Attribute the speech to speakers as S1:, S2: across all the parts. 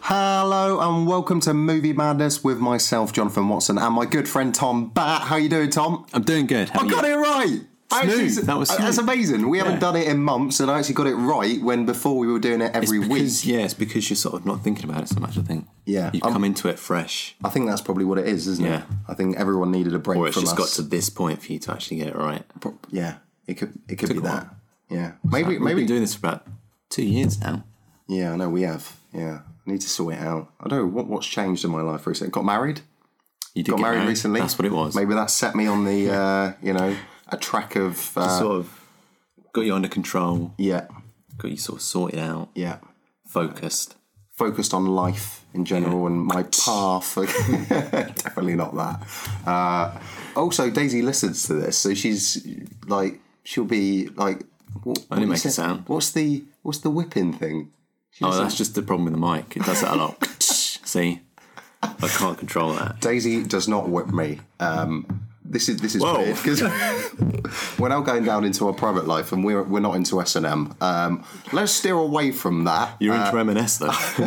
S1: Hello and welcome to Movie Madness with myself, Jonathan Watson, and my good friend Tom Bat. How you doing, Tom?
S2: I'm doing good. How
S1: I
S2: are
S1: got
S2: you?
S1: it right. I
S2: Smooth. That was
S1: uh, that's
S2: smooth.
S1: amazing. We haven't
S2: Yeah.
S1: done it in months, and I actually got it right when before we were doing it every week.
S2: Because, yeah, it's because you're sort of not thinking about it so much. I think.
S1: Yeah,
S2: You've
S1: I'm-
S2: come into it fresh,
S1: I think that's probably what it is, isn't it?
S2: Yeah.
S1: I think everyone needed a break
S2: or it's
S1: from
S2: just got
S1: us.
S2: to this point for you to actually get it right.
S1: Pro- yeah, it could it could be
S2: Took a while.
S1: that. Yeah, maybe
S2: We've
S1: maybe.
S2: been doing this for about two years now.
S1: yeah, I know we have. Yeah, I need to sort it out. I don't know what what's changed in my life recently. Got married.
S2: You did
S1: Got
S2: get
S1: married, recently.
S2: That's what it was.
S1: Maybe that set me on the uh, you know a track of uh,
S2: Sort of got you under control.
S1: yeah
S2: Got you sort of sorted out.
S1: yeah.
S2: Focused.
S1: focused on life in general and my path. Definitely not that. Uh, also, Daisy listens to this, so she's like, she'll be like, what, I
S2: didn't make a sound.
S1: What's the what's the whipping thing? She
S2: Oh,
S1: just-
S2: that's just the problem with the mic. It does that a lot. See, I can't control that.
S1: Daisy does not whip me. Um, this is this is
S2: Whoa.
S1: weird because we're now going down into our private life, and we're we're not into S and M. Um, let's steer away from that.
S2: You're into M&S though.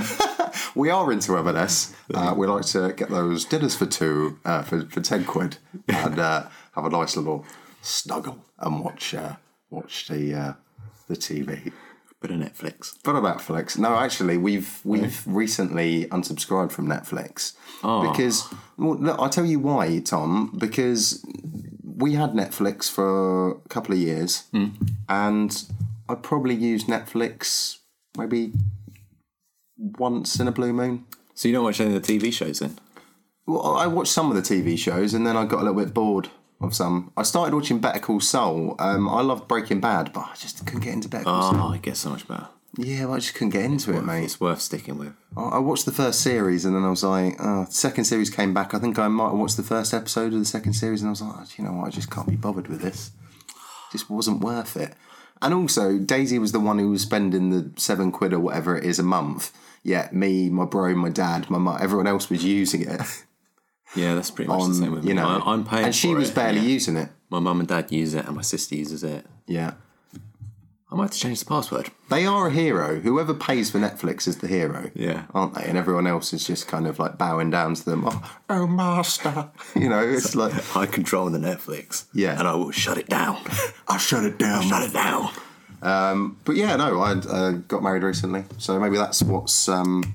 S1: We are into M&S. Uh, we like to get those dinners for two uh, for, for ten quid and uh, have a nice little snuggle and watch uh, watch the uh, the TV.
S2: Bit of Netflix.
S1: But on Netflix, no, actually, we've we've recently unsubscribed from Netflix because well, look, I'll tell you why, Tom. Because we had Netflix for a couple of years, and I probably used Netflix maybe once in a blue moon.
S2: So you don't watch any of the TV shows then?
S1: Well, I watched some of the TV shows, and then I got a little bit bored of some. I started watching Better Call Saul. Um, I loved Breaking Bad, but I just couldn't get into Better Call Saul.
S2: Oh, it gets so much better.
S1: Yeah, well, I just couldn't get into it, mate.
S2: It's worth sticking with.
S1: I I watched the first series, and then I was like, oh, the second series came back. I think I might have watched the first episode of the second series, and I was like, "Oh, you know what, I just can't be bothered with this. Just wasn't worth it. And also, Daisy was the one who was spending the seven quid or whatever it is a month. Yet me, my bro, my dad, my mum, everyone else was using it.
S2: Yeah, that's pretty much the same with me.
S1: you know,
S2: I, I'm paying
S1: and she
S2: for
S1: was
S2: it,
S1: barely
S2: yeah.
S1: using it.
S2: My mum and dad use it, and my sister uses it.
S1: Yeah.
S2: I might have to change the password.
S1: They are a hero. Whoever pays for Netflix is the hero.
S2: Yeah.
S1: Aren't they? And everyone else is just kind of like bowing down to them. Oh, oh master. You know, it's like,
S2: I control the Netflix.
S1: Yeah.
S2: and I will shut it down.
S1: I shut it down.
S2: shut it down.
S1: But yeah, no, I uh, got married recently. So maybe that's what's, um,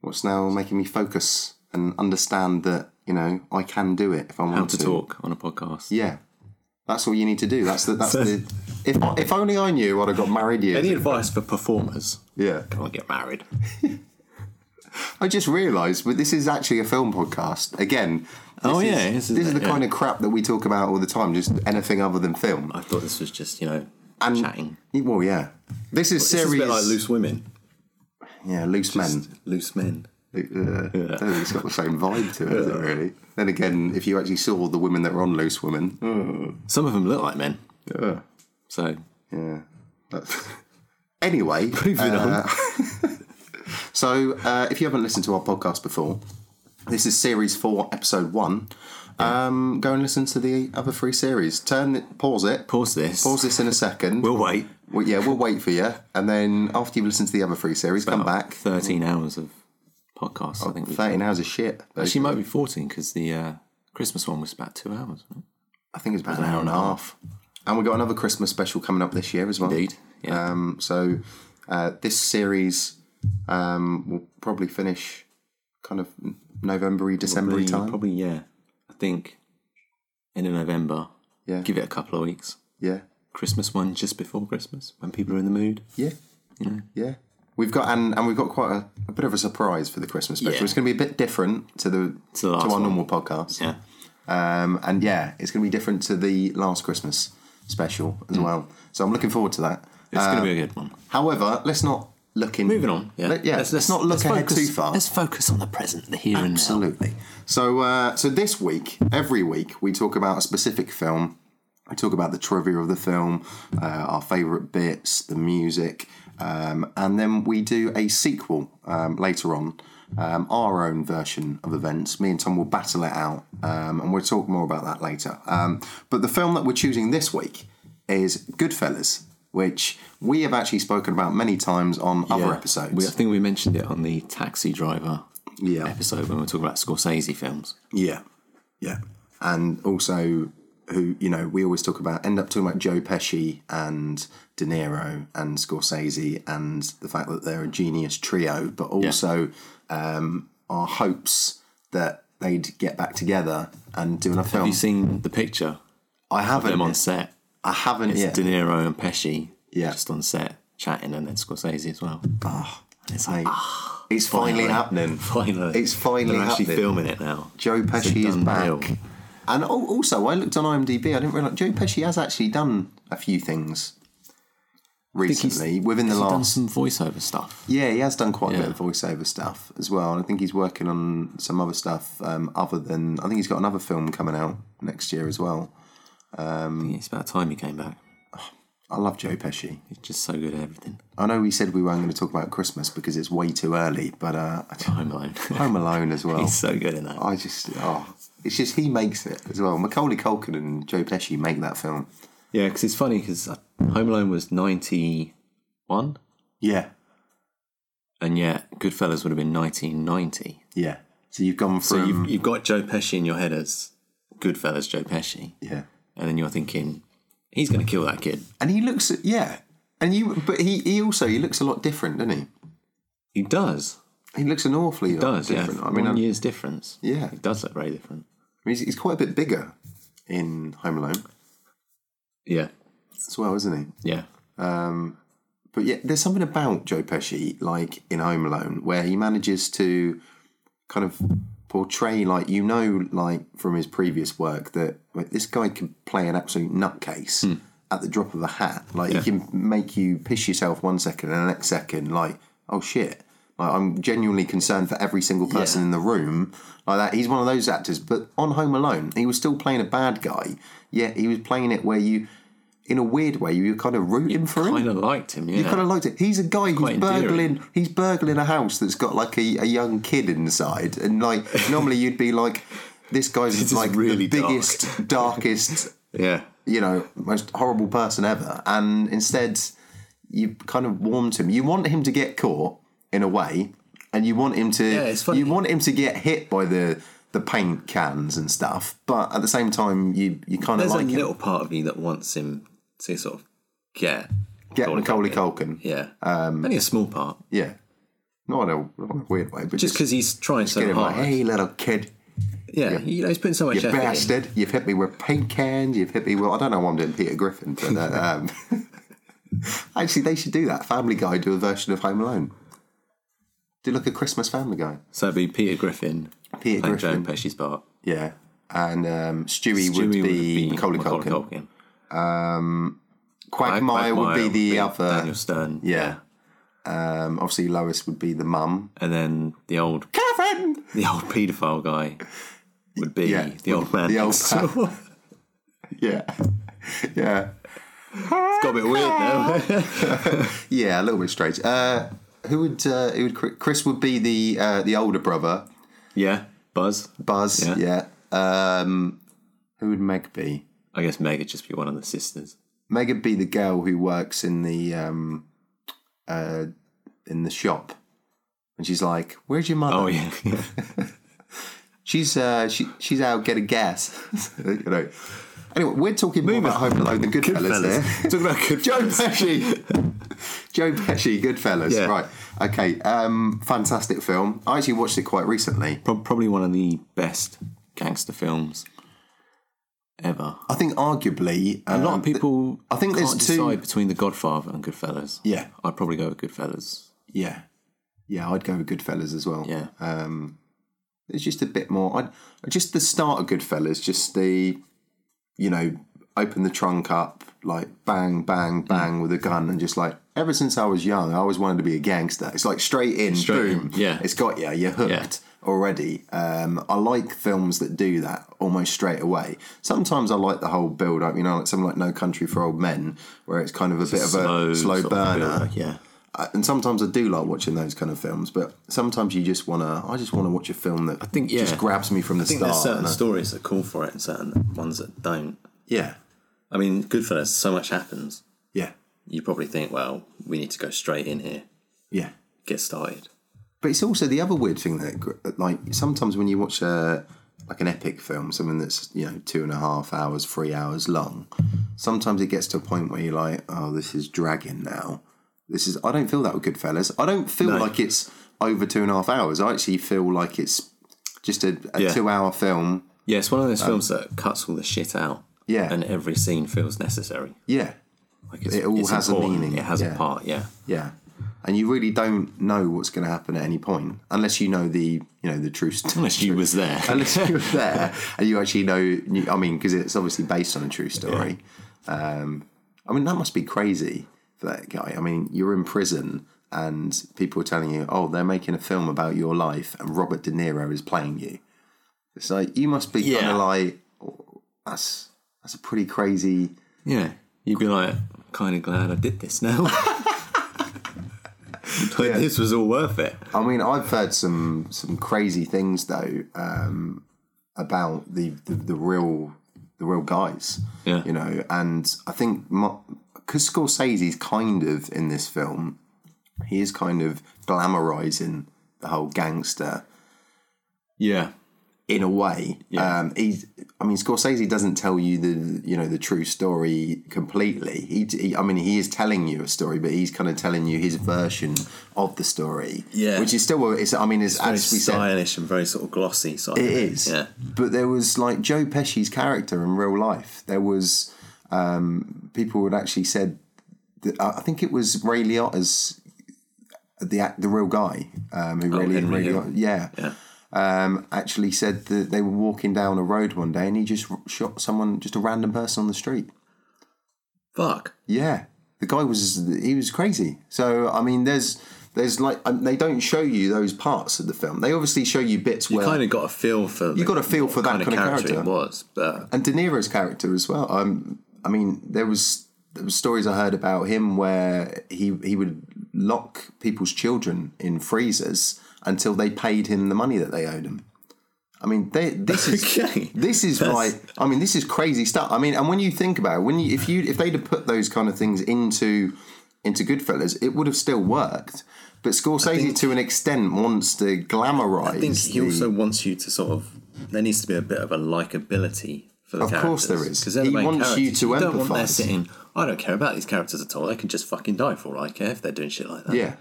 S1: what's now making me focus and understand that, you know, I can do it if I want
S2: How to talk on a podcast?
S1: Yeah. That's all you need to do. That's the, that's the, if, if only I knew I'd have got married years.
S2: Any advice for performers?
S1: yeah.
S2: Can't get married.
S1: I just realised, but this is actually a film podcast again. This
S2: Oh,
S1: is,
S2: yeah, this is
S1: the
S2: it, yeah.
S1: kind of crap that we talk about all the time. Just anything other than film.
S2: I thought this was just you know chatting.
S1: Well, yeah, this is
S2: This
S1: series.
S2: is a bit like loose women,
S1: yeah, loose men.
S2: loose men.
S1: Uh, I don't think it's got the same vibe to it, has it, really. Then again, if you actually saw the women that were on Loose Women,
S2: Some of them look like men.
S1: yeah,
S2: So
S1: yeah. That's... Anyway, uh,
S2: on.
S1: So, uh, if you haven't listened to our podcast before, this is series four, episode one. Um, go and listen to the other three series. Turn it, pause it,
S2: pause this.
S1: pause this in a second.
S2: We'll wait.
S1: Well, yeah, we'll wait for you, and then after you've listened to the other three series, come back.
S2: Thirteen hours of podcasts. I think we
S1: Thirteen hours of shit.
S2: actually might be fourteen because the uh, Christmas one was about two hours. wasn't it?
S1: I think it's about an hour and a half. And we got another Christmas special coming up this year as well.
S2: Indeed. Yeah.
S1: Um, so uh, this series um, will probably finish kind of November-y, December-y
S2: probably, uh,
S1: time.
S2: probably, yeah. I think end of November.
S1: Yeah.
S2: Give it a couple of weeks.
S1: Yeah,
S2: Christmas one just before Christmas when people are in the mood.
S1: yeah, yeah. We've got and, and we've got quite a, a bit of a surprise for the Christmas special.
S2: Yeah.
S1: It's going to be a bit different to the
S2: To the last
S1: our
S2: one.
S1: normal podcast.
S2: Yeah.
S1: Um, and yeah, it's going to be different to the last Christmas special as
S2: Mm.
S1: well. So I'm looking forward to that.
S2: It's going to be a good one.
S1: However, let's not look in.
S2: Moving on. Yeah.
S1: Let, Um, yeah let's, not look
S2: let's
S1: ahead
S2: focus-
S1: too far.
S2: Let's focus on the present, the here and now.
S1: Absolutely. So, uh, so this week, every week, we talk about a specific film. We talk about the trivia of the film, uh, our favourite bits, the music, um, and then we do a sequel um, later on, um, our own version of events. Me and Tom will battle it out, um, and we'll talk more about that later. Um, but the film that we're choosing this week is Goodfellas, which we have actually spoken about many times on other
S2: Yeah.
S1: episodes.
S2: We, I think we mentioned it on the Taxi Driver
S1: yeah.
S2: episode when we were talking about Scorsese films.
S1: Yeah, yeah, and also who you know we always talk about end up talking about Joe Pesci and De Niro and Scorsese and the fact that they're a genius trio, but also um, our hopes that they'd get back together and do another
S2: Have
S1: film.
S2: you seen the picture?
S1: I
S2: Them on
S1: haven't.
S2: set.
S1: I haven't yet.
S2: De Niro and Pesci.
S1: Yeah.
S2: Just on set chatting, and then Scorsese as well.
S1: It's, like, Ah, it's finally happening.
S2: Finally,
S1: It's finally
S2: They're actually
S1: happening.
S2: filming it now.
S1: Joe Pesci is
S2: done
S1: back.
S2: deal.
S1: And al- also, I looked on IMDb. I didn't realize Joe Pesci has actually done a few things
S2: he's-
S1: recently within the
S2: He's done
S1: last.
S2: some voiceover stuff.
S1: Yeah, he has done quite a bit
S2: Yeah.
S1: of voiceover stuff as well, and I think he's working on some other stuff um, other than. I think he's got another film coming out next year as well.
S2: It's about time he came back.
S1: I love Joe Pesci.
S2: He's just so good at everything.
S1: I know we said we weren't going to talk about Christmas because it's way too early, but uh,
S2: Home Alone.
S1: Home Alone as well.
S2: He's so good in that.
S1: I just oh, it's just he makes it as well. Macaulay Culkin and Joe Pesci make that film.
S2: Yeah, because it's funny because Home Alone was ninety one,
S1: Yeah,
S2: and yet Goodfellas would have been nineteen ninety.
S1: yeah. So you've gone
S2: So
S1: from
S2: you've, you've got Joe Pesci in your head as Goodfellas Joe Pesci,
S1: yeah.
S2: and then you're thinking he's going to kill that kid.
S1: and he looks yeah and you but he, he also he looks a lot different doesn't he
S2: He does,
S1: he looks an awfully lot
S2: does
S1: different
S2: yeah.
S1: i mean
S2: one
S1: I'm-
S2: year's difference.
S1: Yeah.
S2: he does look very different.
S1: he's, he's quite a bit bigger in home alone
S2: Yeah,
S1: as well isn't he
S2: yeah,
S1: but yeah there's something about joe pesci like in home alone where he manages to kind of portray like you know like from his previous work that like, this guy can play an absolute nutcase at the drop of a hat like he can make you piss yourself one second and the next second like oh shit like i'm genuinely concerned for every single person in the room like that he's one of those actors but on home alone he was still playing a bad guy yet he was playing it where you in a weird way you were kind of rooting for him
S2: kind of liked him. Yeah,
S1: you kind of liked it. He's a guy who's
S2: Quite endearing.
S1: burgling. He's burgling a house that's got like a, a young kid inside, and like normally you'd be like, "This guy's
S2: is
S1: like
S2: really
S1: the
S2: dark.
S1: biggest, darkest,
S2: yeah.
S1: you know, most horrible person ever." And instead, you kind of warmed him. You want him to get caught in a way, and you want him to.
S2: Yeah, it's funny.
S1: You want him to get hit by the the paint cans and stuff, but at the same time, you you kind of
S2: There's
S1: like
S2: a
S1: him.
S2: little part of me that wants him to sort of get
S1: get Macaulay Culkin.
S2: Yeah, um, only a small part,
S1: Yeah. Not in a, not in a weird way, but
S2: just
S1: just
S2: because he's trying so
S1: Get him
S2: hard.
S1: like, hey, little kid,
S2: yeah, you know, he's putting so much
S1: you
S2: effort. in.
S1: bastard. You've hit me with paint cans. You've hit me with, I don't know why I'm doing Peter Griffin, but uh, um, actually, they should do that. Family Guy do a version of Home Alone. Do like a Christmas Family Guy.
S2: So it'd be Peter Griffin
S1: Peter
S2: playing
S1: Griffin.
S2: Joe Pesci's part.
S1: Yeah. And um, Stewie,
S2: Jimmy
S1: would be, Macaulay
S2: Macaulay
S1: Culkin. Quagmire,
S2: Quagmire
S1: would be the other.
S2: Daniel Stern.
S1: Yeah. Um, obviously, Lois would be the mum.
S2: and then the old
S1: Catherine!
S2: the old paedophile guy would be
S1: Yeah,
S2: the old man.
S1: the old
S2: next door.
S1: Yeah. yeah.
S2: Got a bit weird now.
S1: Yeah, a little bit strange. Uh, who would uh, who would Chri- Chris would be the uh, the older brother?
S2: yeah, Buzz.
S1: Buzz, yeah.
S2: Yeah.
S1: Um, who would Meg be?
S2: I guess Meg would just be one of the sisters.
S1: Meg would be the girl who works in the um, uh, in the shop, and she's like, "Where's your mother?"
S2: Oh yeah, yeah.
S1: She's uh, she, she's out get a gas. you know. Anyway, we're talking more about Home Alone than Goodfellas there.
S2: Talk about good
S1: Joe Pesci. Joe Pesci, Goodfellas.
S2: Yeah.
S1: Right. Okay. Um, fantastic film. I actually watched it quite recently.
S2: Pro- Probably one of the best gangster films ever.
S1: I think arguably um,
S2: A lot of people
S1: I think
S2: can't
S1: there's two-
S2: decide between The Godfather and Goodfellas.
S1: Yeah.
S2: I'd probably go with Goodfellas.
S1: Yeah. Yeah, I'd go with Goodfellas as well.
S2: Yeah.
S1: Um, it's just a bit more. I just the start of Goodfellas. Just the, you know, open the trunk up, like bang, bang,
S2: Mm.
S1: bang with a gun, and just like ever since I was young, I always wanted to be a gangster. It's like straight in,
S2: Straight in,
S1: boom.
S2: yeah.
S1: It's got you. You're hooked. Already, um, I like films that do that almost straight away. Sometimes I like the whole build up, you know, like something like No Country for Old Men, where it's kind of a bit of a slow
S2: sort of
S1: burner,
S2: build-up, yeah.
S1: I- and sometimes I do like watching those kind of films, but sometimes you just wanna. I just wanna watch a film that I
S2: think, yeah.
S1: just grabs me from the
S2: I think
S1: start.
S2: there's certain
S1: and I-
S2: stories that call for it and certain ones that don't.
S1: yeah,
S2: I mean, Goodfellas, so much happens.
S1: yeah,
S2: you probably think, well, we need to go straight in here,
S1: Yeah.
S2: get started.
S1: But it's also the other weird thing that, gr- like, sometimes when you watch a like an epic film, something that's you know two and a half hours, three hours long, sometimes it gets to a point where you're like, oh, this is dragging now. This is. I don't feel that with Goodfellas. I don't feel like it's over two and a half hours. I actually feel like it's just a, a
S2: Yeah.
S1: two-hour film.
S2: Yeah, it's one of those films that cuts all the shit out.
S1: Um, Yeah.
S2: And every scene feels necessary.
S1: Yeah,
S2: Like it's,
S1: It all
S2: it's
S1: has a
S2: important.
S1: meaning,
S2: It has
S1: yeah.
S2: a part, yeah.
S1: yeah. And you really don't know what's going to happen at any point, unless you know the you know the true story.
S2: Unless you was there.
S1: unless you were there and you actually know. You, I mean, because it's obviously based on a true story. Um, I mean, that must be crazy for that guy. I mean, you're in prison and people are telling you, "Oh, they're making a film about your life," and Robert De Niro is playing you. It's like you must be kind
S2: Yeah.
S1: of like, oh, "That's that's a pretty crazy."
S2: Yeah. You'd be like, kind of glad I did this now. like, this was all worth it.
S1: I mean, I've heard some some crazy things though um, about the, the the real the real guys.
S2: Yeah.
S1: you know, and I think because Scorsese's kind of in this film, he is kind of glamorizing the whole gangster
S2: Yeah.
S1: in a way. Um, he's, I mean, Scorsese doesn't tell you the you know the true story completely. He, he, I mean, he is telling you a story, but he's kind of telling you his version of the story.
S2: Yeah.
S1: which is still, it's, I mean, it's,
S2: Very
S1: as we said,
S2: stylish and very sort of glossy. Side
S1: it is.
S2: Yeah.
S1: But there was like Joe Pesci's character in real life. There was um, people had actually said, that, I I think it was Ray Liotta's the act, the real guy um, who really
S2: Oh, Henry
S1: Ray
S2: Hill.
S1: Liotta, yeah. Um, actually said that they were walking down a road one day and he just r- shot someone, just a random person on the street.
S2: Fuck.
S1: Yeah, the guy was he was crazy. So I mean, there's there's like um, they don't show you those parts of the film. They obviously show you bits
S2: You
S1: where
S2: kind of got a feel for
S1: you got a feel for that
S2: kind of character, it
S1: character.
S2: was. But
S1: and De Niro's character as well. Um, I mean, there was there was stories I heard about him where he he would lock people's children in freezers until they paid him the money that they owed him. I mean, they, this is
S2: Okay.
S1: this is like I mean, this is crazy stuff. I mean, and when you think about it, when you if you if they'd have put those kind of things into into Goodfellas, it would have still worked. But Scorsese, to an extent, wants to glamorize.
S2: I think he also wants you to sort of. There needs to be a bit of a likability for the
S1: Of
S2: characters.
S1: course there is.
S2: Because they're the
S1: He
S2: main
S1: wants you
S2: characters.
S1: to
S2: don't want them
S1: empathise.
S2: sitting. I don't care about these characters at all. They can just fucking die for all I care if they're doing shit like that.
S1: yeah,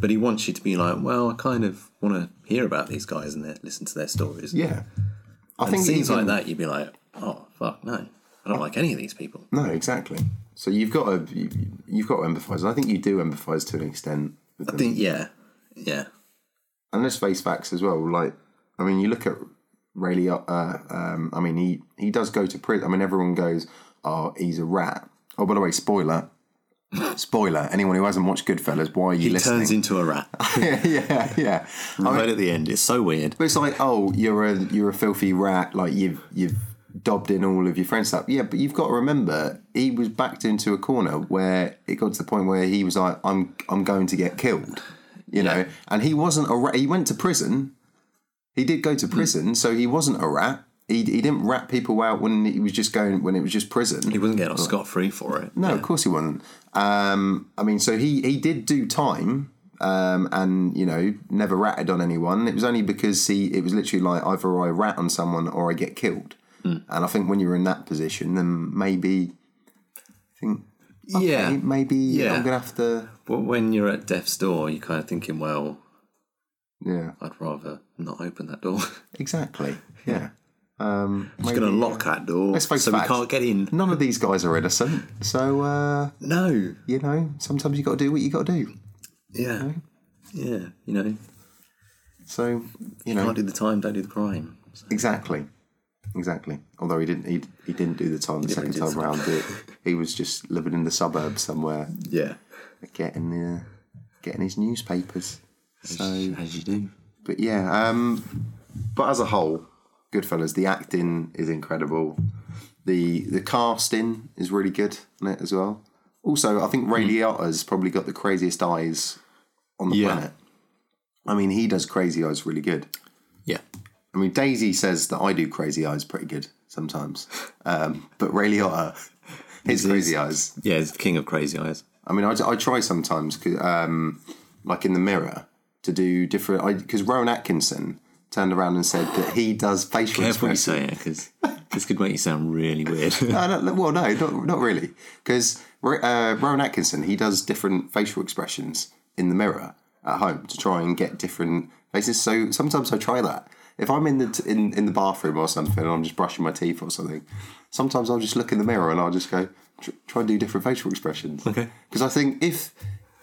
S2: But he wants you to be like, well, I kind of want to hear about these guys and their, listen to their stories.
S1: yeah. I
S2: And scenes
S1: even-
S2: like that, you'd be like, oh fuck no, I don't like any of these people.
S1: No, exactly. So you've got to you, you've got to empathise, and I think you do empathise to an extent. With
S2: I
S1: them.
S2: think yeah, yeah,
S1: and let's face facts as well. Like, I mean, you look at Ray Liotta. Um, I mean, he he does go to prison. I mean, everyone goes, "Oh, he's a rat." Oh, by the way, spoiler. Spoiler! Anyone who hasn't watched Goodfellas, why are you
S2: he
S1: listening?
S2: turns into a rat
S1: yeah, yeah. I mean,
S2: right at the end. It's so weird.
S1: but it's like, oh, you're a you're a filthy rat. Like you've you've dobbed in all of your friends' stuff. Yeah, but you've got to remember, he was backed into a corner where it got to the point where he was like, I'm I'm going to get killed, you know. And he wasn't a rat. He went to prison. He did go to prison, so he wasn't a rat. He, he didn't rat people out when he was just going when it was just prison.
S2: He wasn't getting off scot free for it.
S1: No, of course he wasn't. Um, I mean, so he he did do time, um, and you know, never ratted on anyone. It was only because he it was literally like either I rat on someone or I get killed.
S2: Hmm.
S1: And I think when you're in that position, then maybe I think
S2: Yeah.
S1: hey, maybe
S2: Yeah.
S1: I'm gonna have to
S2: Well, when you're at death's door, you're kind of thinking, well,
S1: yeah
S2: I'd rather not open that door.
S1: exactly yeah. Um,
S2: I'm going to lock that door
S1: Let's face
S2: so
S1: facts.
S2: we can't get in.
S1: None of these guys are innocent, so uh,
S2: No.
S1: you know sometimes you got to do what you got to do. Mm-hmm.
S2: Yeah. Yeah. You know,
S1: So you know,
S2: can't do the time, don't do the crime. So,
S1: Exactly, exactly. Although he didn't, he, he didn't do the time the second
S2: do the
S1: time round. He, he was just living in the suburbs somewhere,
S2: yeah.
S1: getting the, getting his newspapers. So,
S2: As you do.
S1: but yeah, um, but as a whole, Goodfellas, the acting is incredible. The the casting is really good in it as well. Also, I think Ray Liotta's probably got the craziest eyes on the
S2: Yeah.
S1: planet. I mean, he does crazy eyes really good.
S2: Yeah.
S1: I mean, Daisy says that I do crazy eyes pretty good sometimes, um, but Ray Liotta, his crazy eyes,
S2: Yeah, he's the king of crazy eyes.
S1: I mean, I, I try sometimes, 'cause, um, like in the mirror, to do different. Because Rowan Atkinson turned around and said that he does facial
S2: Careful what you
S1: expressions.
S2: say it, because this could make you sound really weird.
S1: No, no, no, well, no, not, not really. Because uh, Rowan Atkinson, he does different facial expressions in the mirror at home to try and get different faces. So sometimes I try that. If I'm in the t- in, in the bathroom or something and I'm just brushing my teeth or something, sometimes I'll just look in the mirror and I'll just go tr- try and do different facial expressions.
S2: Okay.
S1: Because I think if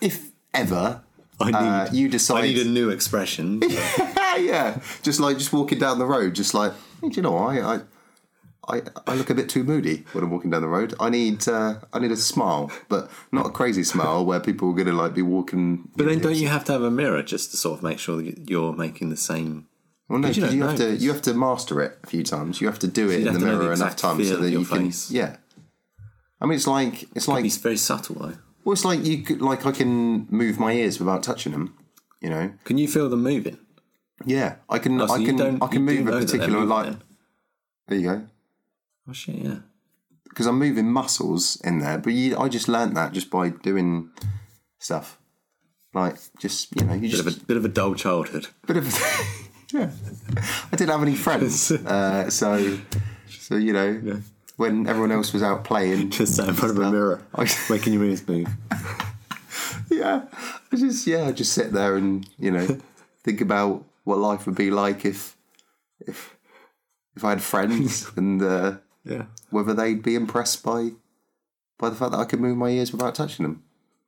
S1: if ever
S2: I need,
S1: uh, you decide
S2: I need a new expression.
S1: yeah, just like just walking down the road, just like "Hey, do you know, I, I, I, I look a bit too moody when I'm walking down the road. I need, uh, I need a smile, but not a crazy smile where people are gonna like be walking.
S2: but then, don't you have to have a mirror just to sort of make sure that you're making the same?
S1: Well, no,
S2: But you
S1: 'cause
S2: don't
S1: you have to,
S2: know.
S1: you have to master it a few times. You have to do it in
S2: have
S1: the
S2: to know the
S1: mirror enough
S2: exact
S1: times
S2: feel
S1: so
S2: of
S1: that
S2: your
S1: you can,
S2: face.
S1: yeah. I mean, it's like it's like
S2: It's very subtle though.
S1: well, it's like you could, like I can move my ears without touching them. You know,
S2: Can you feel them moving?
S1: yeah, I can,
S2: Oh, so
S1: I
S2: you
S1: can,
S2: don't-
S1: I can
S2: you do
S1: move
S2: know
S1: a
S2: that they're
S1: particular
S2: moving
S1: like.
S2: then?
S1: There you go.
S2: Oh shit! Yeah.
S1: because I'm moving muscles in there. But you, I just learnt that just by doing stuff, like just you know, you
S2: Bit
S1: just
S2: of a bit of a dull childhood.
S1: bit of yeah. I didn't have any friends, uh, so so you know, when everyone else was out playing,
S2: Just sat in front of a mirror, making your ears move.
S1: yeah, I just yeah, I just sit there and you know think about what life would be like if if if I had friends and uh,
S2: Yeah.
S1: whether they'd be impressed by by the fact that I could move my ears without touching them.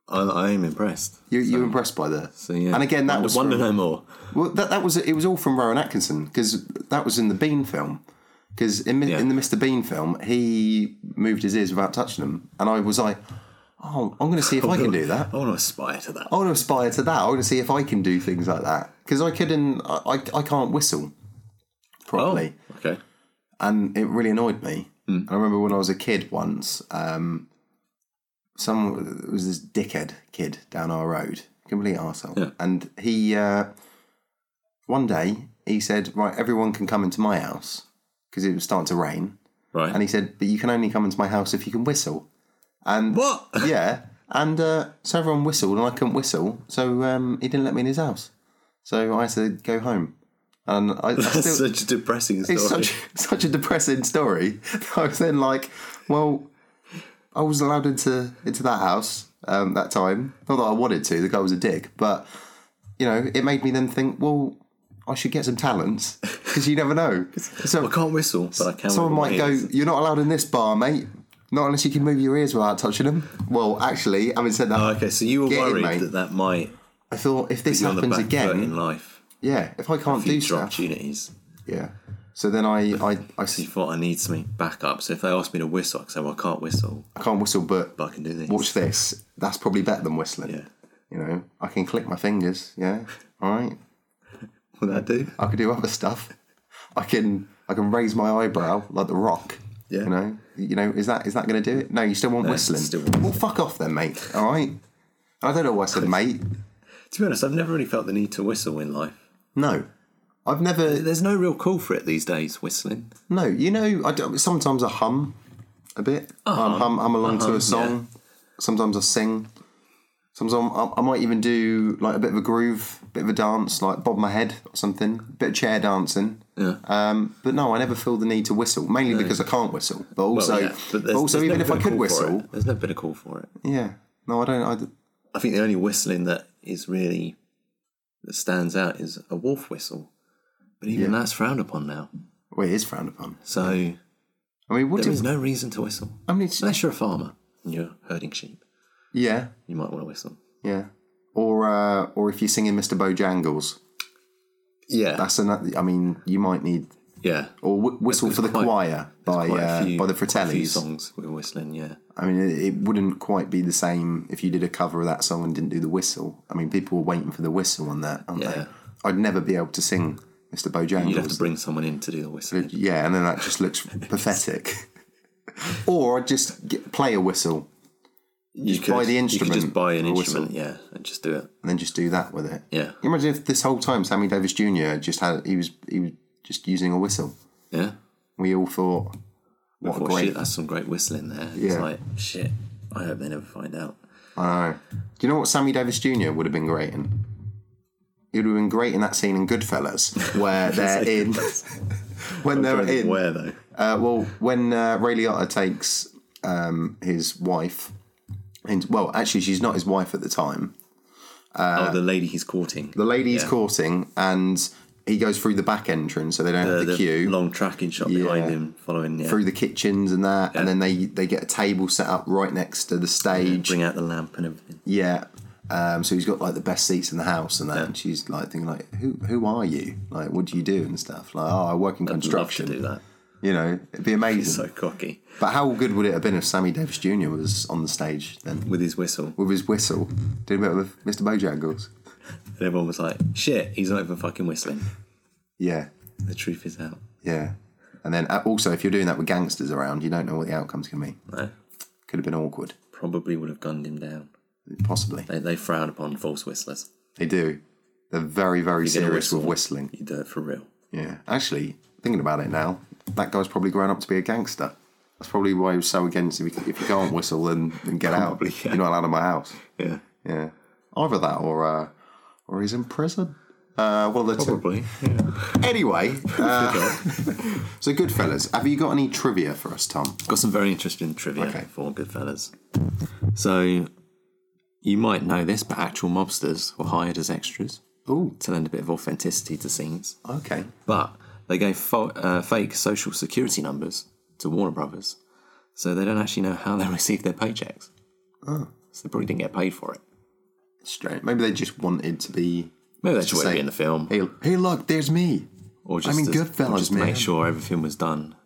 S2: I, I am impressed.
S1: You, you were impressed by that.
S2: So yeah.
S1: And again, that
S2: wonder,
S1: was
S2: wonder
S1: from-
S2: no more.
S1: well, that, that was it. Was all from Rowan Atkinson because that was in the Bean film. Because in, mi
S2: Yeah.
S1: in the Mr. Bean film, he moved his ears without touching them, and I was like, "Oh, I'm going to see if I can do that.
S2: I want to aspire to that.
S1: I
S2: Oh,
S1: want to aspire to that. I want to see if I can do things like that." Because I couldn't. I, I I can't whistle properly
S2: okay.
S1: and it really annoyed me. And I remember when I was a kid once, um, some there was this dickhead kid down our road, complete arsehole.
S2: Yeah.
S1: And he, uh, one day, he said, "Right, everyone can come into my house because it was starting to rain."
S2: Right.
S1: And he said, "But you can only come into my house if you can whistle." And
S2: what?
S1: yeah, and uh, so everyone whistled, and I couldn't whistle, so um, he didn't let me in his house. So I had to go home, and I, I
S2: That's
S1: still,
S2: such a depressing story.
S1: it's such such a depressing story. I was then like, well, I was allowed into into that house um, that time. Not that I wanted to. The guy was a dick, but you know, it made me then think, well, I should get some talents because you never know.
S2: I
S1: So
S2: can't whistle, but I can.
S1: someone
S2: with my
S1: might go,
S2: ears.
S1: you're not allowed in this bar, mate. Not unless you can move your ears without touching them. Well, actually, having said that,
S2: Oh, okay, so you were
S1: Get in,
S2: worried
S1: mate.
S2: that that might
S1: I thought if this
S2: be on the
S1: happens
S2: back foot
S1: again,
S2: in life.
S1: yeah, if I can't do
S2: Future
S1: stuff,
S2: opportunities.
S1: yeah. So then I, I, I,
S2: So you thought I need something backup. So if they ask me to whistle, I can say, well, I can't whistle,
S1: I can't whistle, but
S2: but I can do this.
S1: watch this. That's probably better than whistling.
S2: Yeah.
S1: You know, I can click my fingers. Yeah. All right.
S2: Will that do?
S1: I can do other stuff. I can I can raise my eyebrow like the Rock.
S2: Yeah.
S1: You know. You know. Is that is that going to do it? No. You still want whistling.
S2: still want
S1: Well, fuck off then, mate. All right. I don't know why I said mate.
S2: To be honest, I've never really felt the need to whistle in life.
S1: No. I've never.
S2: There's no real call for it these days, whistling.
S1: No. You know. I don't- sometimes I hum a bit. I hum, hum along to a song. Sometimes I sing. Sometimes I'm, I, I might even do like a bit of a groove, bit of a dance, like bob my head or something, bit of chair dancing.
S2: Yeah.
S1: Um, but no, I never feel the need to whistle, mainly because I can't whistle. But also,
S2: yeah, but
S1: but
S2: there's-
S1: also
S2: there's
S1: even
S2: never
S1: if I
S2: been a
S1: could
S2: call for
S1: whistle,
S2: it. there's never been a call for it.
S1: yeah, no, I don't. I, d-
S2: I think the only whistling that is really that stands out is a wolf whistle, but even that's frowned upon now.
S1: well, it is frowned upon.
S2: So
S1: I mean, what
S2: there is
S1: do
S2: no reason to whistle
S1: I mean? It's,
S2: unless you're a farmer and you're herding sheep.
S1: yeah,
S2: You might want to whistle.
S1: yeah. Or uh, or if you're singing Mr. Bojangles,
S2: Yeah,
S1: that's another. I mean, you might need
S2: yeah.
S1: or whi- whistle for the
S2: There's quite-
S1: choir by
S2: Quite a
S1: uh,
S2: few-
S1: by the
S2: quite a few
S1: Fratellis.
S2: songs with whistling. Yeah,
S1: I mean, it, it wouldn't quite be the same if you did a cover of that song and didn't do the whistle. I mean, people were waiting for the whistle on that, aren't they?
S2: Yeah.
S1: I'd never be able to sing Mr. Bojangles.
S2: you'd have to bring someone in to do the whistling.
S1: Yeah, and then that just looks pathetic. or I'd just get, play a whistle
S2: You could
S1: buy the
S2: You could
S1: instrument
S2: just buy an
S1: or whistle.
S2: instrument, yeah, and just do it.
S1: and then just do that with it.
S2: Yeah,
S1: Can you Imagine if this whole time Sammy Davis Jr. had just had he was he was just using a whistle.
S2: yeah.
S1: We all thought, what a
S2: Thought,
S1: great
S2: shit, that's some great whistling there.
S1: Yeah.
S2: It's like shit. I hope they never find out.
S1: I know. Do you know what Sammy Davis Jr. would have been great in? He would have been great in that scene in Goodfellas where they're in. when they're in.
S2: Where though?
S1: Uh, well, when uh, Ray Liotta takes um, his wife, and well, actually, she's not his wife at the time.
S2: oh, the lady he's courting.
S1: uh, The lady he's
S2: Yeah.
S1: courting, and he goes through the back entrance, so they don't have the, queue
S2: long tracking shot
S1: Yeah.
S2: behind him, following yeah.
S1: through the kitchens and that, and then they they get a table set up right next to the stage.
S2: bring out the lamp and everything.
S1: Yeah. Um, so he's got like the best seats in the house and that, and she's like thinking like, who who are you? Like, what do you do and stuff? Like, oh, I work in
S2: Love to
S1: construction.
S2: do that.
S1: You know, it'd be amazing.
S2: So cocky
S1: But how good would it have been if Sammy Davis Jr. was on the stage then
S2: with his whistle,
S1: with his whistle, did a bit with Mr. Bojangles?
S2: and everyone was like, "Shit, he's not even fucking whistling."
S1: Yeah,
S2: The truth is out.
S1: yeah. And then uh, also, if you're doing that with gangsters around, you don't know what the outcome's gonna be.
S2: No,
S1: Could have been awkward,
S2: probably would have gunned him down.
S1: possibly.
S2: They, they frown upon false whistlers.
S1: They do. They're very, very
S2: gonna
S1: serious with
S2: whistle.
S1: whistling.
S2: You do it for real.
S1: Yeah. Actually, thinking about it now, that guy's probably grown up to be a gangster. That's probably why he was so against if you, if you can't whistle, then, then get
S2: Probably,
S1: out.
S2: yeah.
S1: You're not allowed in my house.
S2: Yeah,
S1: Yeah. Either that or uh, or he's in prison. Uh, well, the two.
S2: probably. Yeah.
S1: Anyway, uh, so Goodfellas, have you got any trivia for us, Tom?
S2: Got some very interesting trivia
S1: Okay.
S2: for Goodfellas. So, you might know this, but actual mobsters were hired as extras
S1: Oh,
S2: to lend a bit of authenticity to scenes.
S1: okay.
S2: But they gave fo- uh, fake social security numbers to Warner Brothers, so they don't actually know how they received their paychecks.
S1: Oh.
S2: So they probably didn't get paid for it.
S1: Strange. Maybe they just wanted to be.
S2: Maybe they just
S1: Just
S2: wanted to
S1: say-
S2: be in the film,
S1: Hey, hey, look, there's me.
S2: or just
S1: mean,
S2: to,
S1: Goodfellas,
S2: or just to
S1: man.
S2: make sure everything was done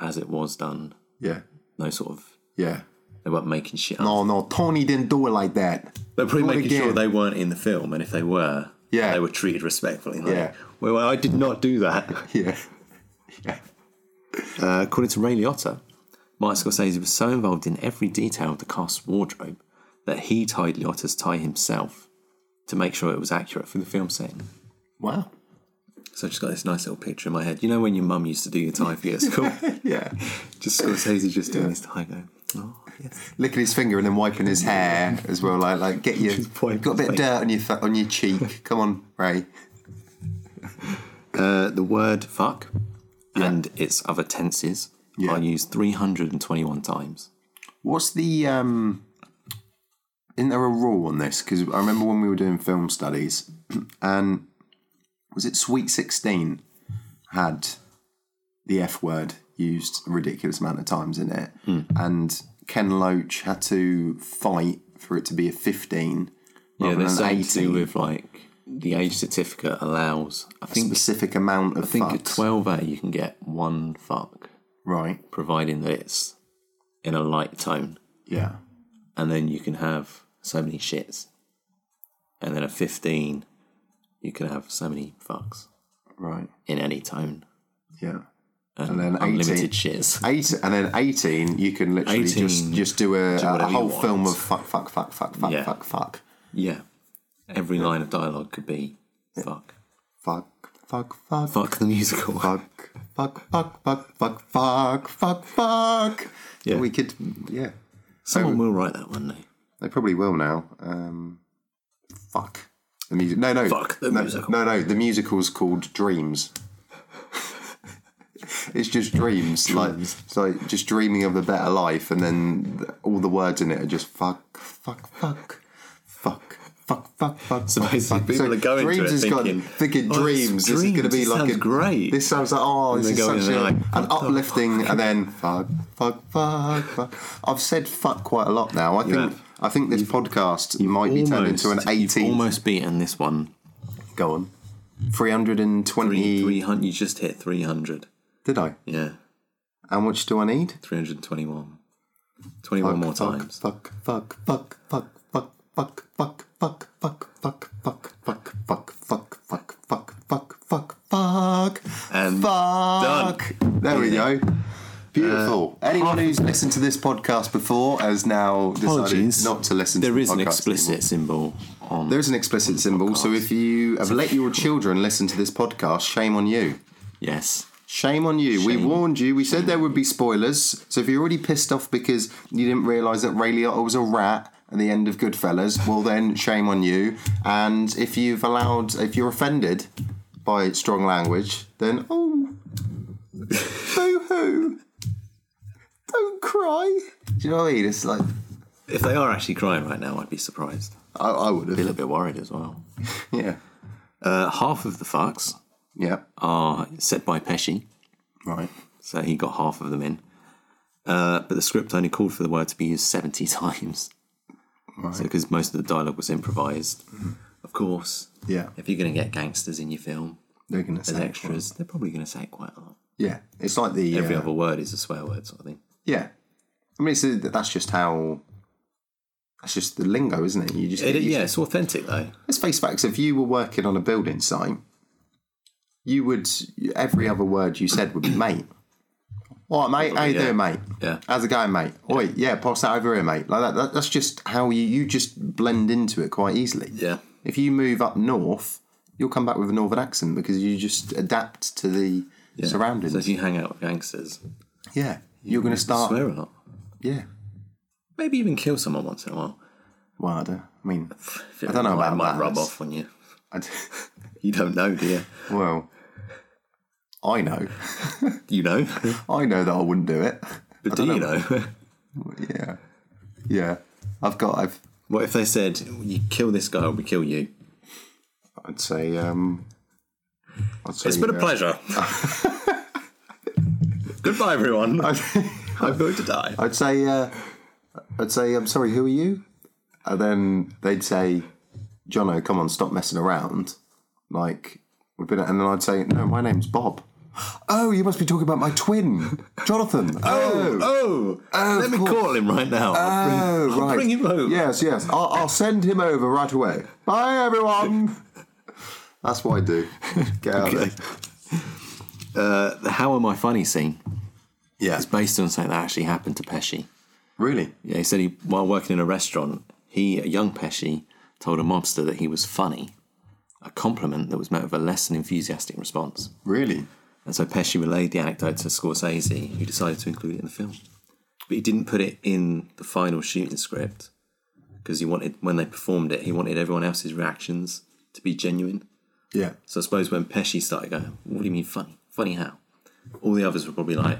S2: as it was done.
S1: Yeah.
S2: No sort of
S1: Yeah.
S2: they weren't making shit up.
S1: Oh no, Tony didn't do it like that.
S2: They're probably
S1: Not
S2: making sure
S1: again.
S2: they weren't in the film, and if they were,
S1: Yeah.
S2: they were treated respectfully. Like,
S1: Yeah.
S2: Well, I did not do that.
S1: Yeah. Yeah.
S2: Uh, according to Ray Liotta, Martin Scorsese was so involved in every detail of the cast's wardrobe that he tied Liotta's tie himself to make sure it was accurate for the film setting.
S1: Wow.
S2: So I just got this nice little picture in my head. You know when your mum used to do your tie for you at school?
S1: Yeah.
S2: just Scorsese just doing his tie going, oh, yes.
S1: Licking his finger and then wiping his hair as well. Like, like get your
S2: Just wipe
S1: got a bit of
S2: his
S1: dirt on your fa- on your cheek. Come on, Ray.
S2: Uh, the word fuck and its other tenses
S1: Yeah.
S2: are used 321 times.
S1: What's the um? Isn't there a rule on this? Because I remember when we were doing film studies, and was it Sweet Sixteen had the F word used a ridiculous amount of times in it,
S2: Hmm.
S1: and Ken Loach had to fight for it to be a fifteen
S2: Yeah,
S1: rather
S2: there's
S1: than an
S2: something to do
S1: eighteen.
S2: with like the age certificate allows. I think
S1: specific amount of
S2: I think at
S1: fucks.
S2: 12 A you can get one fuck,
S1: right.
S2: providing that it's in a light tone,
S1: Yeah.
S2: and then you can have so many shits, and then at 15 you can have so many fucks
S1: Right.
S2: in any tone,
S1: Yeah.
S2: and,
S1: then 18.
S2: Um, unlimited shits.
S1: Eight and then eighteen, you can literally just
S2: 18,
S1: just do a, a
S2: whatever you
S1: whole
S2: want.
S1: film of fuck, fuck, fuck, fuck, fuck,
S2: Yeah.
S1: fuck, fuck,
S2: Yeah, every line of dialogue could be fuck,
S1: fuck, fuck, fuck,
S2: fuck the musical.
S1: fuck, fuck, fuck, fuck, fuck, fuck, fuck, fuck.
S2: Yeah.
S1: we could. Yeah,
S2: Someone will write that one though.
S1: they probably will now. Um, fuck the music. No, no,
S2: Fuck the
S1: no,
S2: musical.
S1: No, no, the musical's called Dreams. It's just dreams, like it's like just dreaming of a better life, and then th- all the words in it are just fuck, fuck, fuck, fuck, fuck, fuck, fuck.
S2: So
S1: fuck,
S2: basically
S1: fuck.
S2: people are going to
S1: dreams
S2: it
S1: has
S2: thinking,
S1: got thinking
S2: "Oh, this
S1: dreams. This is going to
S2: Dreams,
S1: be
S2: this
S1: like a,
S2: sounds great."
S1: This sounds like oh, this
S2: they
S1: is
S2: go in
S1: such
S2: and
S1: a,
S2: they're like,
S1: an
S2: "What the
S1: uplifting, and then fuck, fuck, fuck, fuck. I've said fuck quite a lot now. I think
S2: have.
S1: I think this podcast might be turned into an
S2: Almost- you've
S1: eighteen.
S2: Almost beaten this one.
S1: Go on, three hundred and twenty.
S2: Three hundred. You just hit three hundred.
S1: Did I?
S2: Yeah,
S1: How much do I need?
S2: three hundred twenty-one. Twenty-one more
S1: fuck,
S2: times.
S1: Fuck, fuck, fuck, fuck, fuck, fuck, fuck, fuck, fuck, fuck, fuck, fuck, fuck, fuck, fuck, fuck, fuck, fuck, fuck,
S2: And
S1: fuck. There we go. Beautiful. Anyone who's listened to this podcast before has now decided
S2: Apologies.
S1: not to listen to
S2: There
S1: the
S2: is an
S1: podcast
S2: explicit Oh,
S1: anymore.
S2: symbol on.
S1: There is an explicit symbol, so if you have let your children listen to this podcast, shame on you.
S2: Yes.
S1: Shame on you. We warned you. We said there would be spoilers. So if you're already pissed off because you didn't realise that Ray Liotta was a rat and the end of Goodfellas, well then shame on you. And if you've allowed, if you're offended by strong language, then oh, boo hoo, don't cry. Do you know what I mean? It's like
S2: If they are actually crying right now, I'd be surprised.
S1: I, I would
S2: Be a
S1: have,
S2: little bit worried as well.
S1: yeah,
S2: Uh, half of the fucks
S1: yeah,
S2: are said by Pesci,
S1: right,
S2: so he got half of them in. Uh, but the script only called for the word to be used 70 times.
S1: Right.
S2: because most of the dialogue was improvised. Of course,
S1: yeah.
S2: if you're going to get gangsters in your film,
S1: They're gonna
S2: as
S1: say it.
S2: extras, they're probably going to say it quite a lot.
S1: yeah. It's like the
S2: Every
S1: uh,
S2: other word is a swear word, sort of thing.
S1: yeah. I mean, it's, that's just how. That's just the lingo, isn't it? You just
S2: It,
S1: you
S2: yeah, it's authentic though.
S1: let's face facts. If you were working on a building site, you would every other word you said would be mate. All right, mate. How you
S2: yeah.
S1: doing, mate?
S2: Yeah.
S1: How's it going, mate? Oi, yeah, pass that over here, mate. Like that, that. That's just how you you just blend into it quite easily.
S2: Yeah.
S1: If you move up north, you'll come back with a northern accent because you just adapt to the surroundings.
S2: So if you hang out with gangsters,
S1: yeah, you're going to start.
S2: swear a lot.
S1: Yeah.
S2: Maybe even kill someone once in a while.
S1: Well, I don't. I mean,
S2: If it
S1: I don't know
S2: might,
S1: about
S2: might
S1: that.
S2: rub off on you.
S1: I d
S2: You don't know, do you?
S1: well, I know.
S2: You know,
S1: I know that I wouldn't do it.
S2: but do you know?
S1: Yeah. Yeah. I've got I've
S2: what if they said you kill this guy or we kill you?
S1: I'd say um I'd say,
S2: It's been a
S1: uh,
S2: pleasure. Goodbye, everyone. I'm going to die.
S1: I'd say uh I'd say I'm sorry, who are you? And then they'd say, Jono, come on, stop messing around. Like we've been and then I'd say, No, my name's Bob. Oh, you must be talking about my twin, Jonathan. Oh,
S2: Oh, let me call him right now. I'll bring-
S1: oh,
S2: I'll
S1: right.
S2: bring him over.
S1: Yes, yes. I'll, I'll send him over right away. Bye, everyone. That's what I do. Get out of
S2: Okay.
S1: it.
S2: Uh, the How Am I Funny scene
S1: Yeah.
S2: is based on something that actually happened to Pesci.
S1: Really?
S2: Yeah, he said he, while working in a restaurant, he, a young Pesci, told a mobster that he was funny, a compliment that was met with a less than enthusiastic response.
S1: Really?
S2: And so Pesci relayed the anecdote to Scorsese, who decided to include it in the film. But he didn't put it in the final shooting script because he wanted, when they performed it, he wanted everyone else's reactions to be genuine.
S1: Yeah.
S2: So I suppose when Pesci started going, "What do you mean funny? Funny how?" All the others were probably like,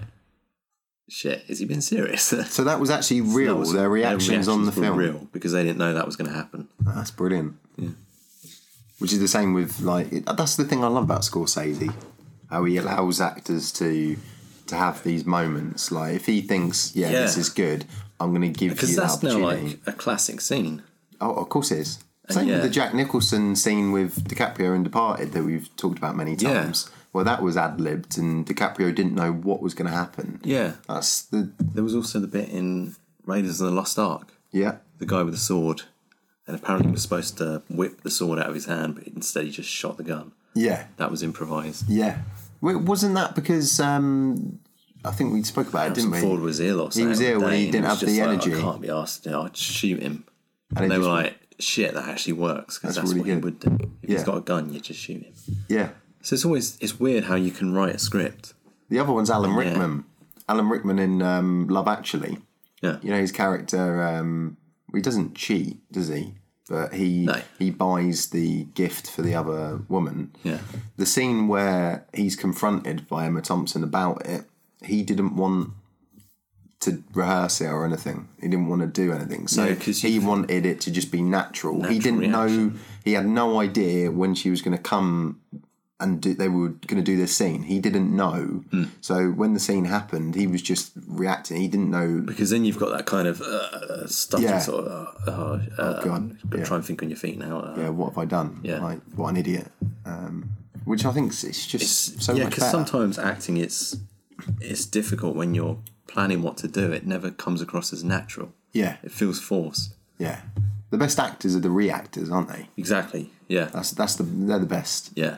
S2: "Shit, is he being serious?" That
S1: So that was actually real.
S2: was-
S1: their reactions, on the
S2: reactions were
S1: film.
S2: real because they didn't know that was going to happen.
S1: That's brilliant. Which is the same with like it- that's the thing I love about Scorsese, how he allows actors to to have these moments. Like if he thinks, yeah,
S2: Yeah.
S1: this is good, I'm going to give
S2: Because
S1: you that
S2: that's now
S1: opportunity.
S2: like a classic scene.
S1: Oh, of course it is. Same
S2: Uh, yeah.
S1: with the Jack Nicholson scene with DiCaprio in Departed that we've talked about many
S2: Yeah.
S1: times. Well, that was ad libbed, and DiCaprio didn't know what was going to happen.
S2: Yeah,
S1: That's the
S2: there was also the bit in Raiders of the Lost Ark,
S1: yeah.
S2: the guy with the sword, and apparently he was supposed to whip the sword out of his hand, but instead he just shot the gun.
S1: Yeah,
S2: That was improvised.
S1: Yeah. Wa- Wasn't that because um, I think we spoke about it, didn't we?
S2: Ford was ill or something.
S1: was
S2: one
S1: ill and
S2: day
S1: he didn't have
S2: was just
S1: the
S2: like,
S1: energy.
S2: I can't be asked. You know, I'd shoot him. And,
S1: it
S2: they were
S1: just-
S2: like, shit, that actually works because that's,
S1: really
S2: what
S1: good.
S2: he would do. If
S1: Yeah.
S2: he's got a gun, you just shoot him.
S1: Yeah.
S2: So it's always it's weird how you can write a script.
S1: The other one's Alan Rickman. Alan Rickman in um, Love Actually.
S2: Yeah,
S1: You know his character. Um, he doesn't cheat, does he? But he
S2: No.
S1: he buys the gift for the other woman.
S2: yeah,
S1: The scene where he's confronted by Emma Thompson about it, he didn't want to rehearse it or anything. He didn't want to do anything. So
S2: No, 'cause
S1: he wanted it to just be natural. he
S2: Natural
S1: didn't know. He had no idea when she was going to come and do, they were going to do this scene. He didn't know.
S2: Hmm.
S1: So when the scene happened, he was just reacting. He didn't know.
S2: because then you've got that kind of uh, stuff.
S1: Yeah.
S2: Sort of, uh, uh, oh
S1: God, yeah.
S2: Try and think on your feet now. Uh,
S1: Yeah, what have I done?
S2: Yeah.
S1: Like what an idiot. Um, which I think is it's just so
S2: yeah,
S1: much
S2: because
S1: better.
S2: sometimes acting it's it's difficult when you're planning what to do. It never comes across as natural.
S1: yeah,
S2: It feels forced.
S1: yeah. The best actors are the reactors, aren't they?
S2: Exactly. Yeah.
S1: That's that's the they're the best.
S2: yeah.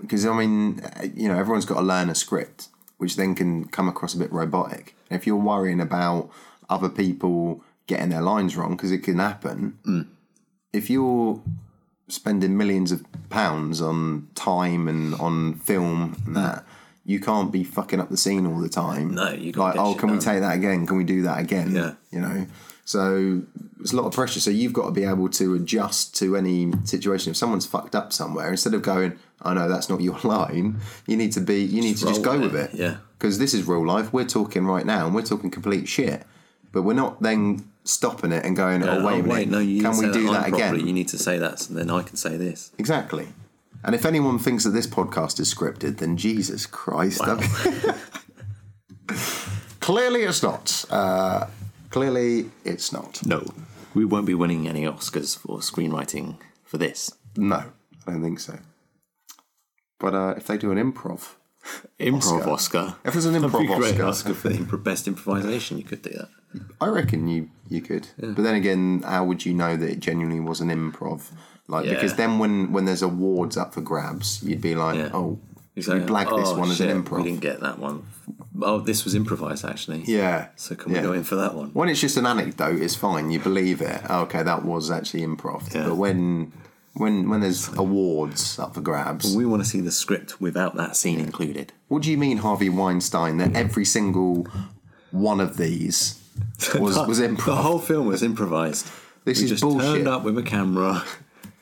S1: because I mean, uh, you know, everyone's got to learn a script, which then can come across a bit robotic. And if you're worrying about other people getting their lines wrong, because it can happen,
S2: Mm.
S1: if you're spending millions of pounds on time and on film and that. You can't be fucking up the scene all the time.
S2: Mm. No, you gotta
S1: like,
S2: get
S1: oh,
S2: shit
S1: can we
S2: done."
S1: take that again? Can we do that again?
S2: Yeah.
S1: you know. So it's a lot of pressure. So you've got to be able to adjust to any situation. If someone's fucked up somewhere, instead of going, "I oh, know that's not your line," you need to be. You need to just go
S2: roll
S1: with it.
S2: with it, yeah.
S1: Because this is real life. We're talking right now, and we're talking complete shit. But we're not then stopping it and going, "Oh wait a minute,
S2: Uh, no, you
S1: can
S2: didn't
S1: we
S2: say
S1: do
S2: line
S1: that again?"
S2: properly. You need to say that, so then I can say this.
S1: Exactly. And if anyone thinks that this podcast is scripted, then Jesus Christ. I'm- clearly it's not. Uh, clearly it's not.
S2: No, we won't be winning any Oscars for screenwriting for this
S1: No, I don't think so. But uh, if they do an improv,
S2: improv Oscar.
S1: If there's an
S2: That'd be
S1: improv
S2: great
S1: Oscar.
S2: Oscar for impro- best improvisation, you could do that.
S1: I reckon you you could. But then again, how would you know that it genuinely was an improv? Like because
S2: Yeah.
S1: then when when there's awards up for grabs, you'd be like,
S2: Yeah.
S1: oh,
S2: It's
S1: we
S2: like,
S1: blagged this
S2: "Oh,
S1: one as
S2: shit,
S1: an
S2: We
S1: improv.
S2: didn't get that one. Oh, this was improvised actually.
S1: Yeah.
S2: So can we
S1: Yeah.
S2: go in for that one?
S1: When it's just an anecdote, it's fine. You believe it. Okay, that was actually improv.
S2: Yeah.
S1: But when when when there's awards up for grabs,
S2: We want to see the script without that scene included.
S1: what do you mean, Harvey Weinstein? That every single one of these was was
S2: The
S1: improv.
S2: whole film was improvised.
S1: This
S2: we
S1: is
S2: just
S1: bullshit.
S2: turned up with a camera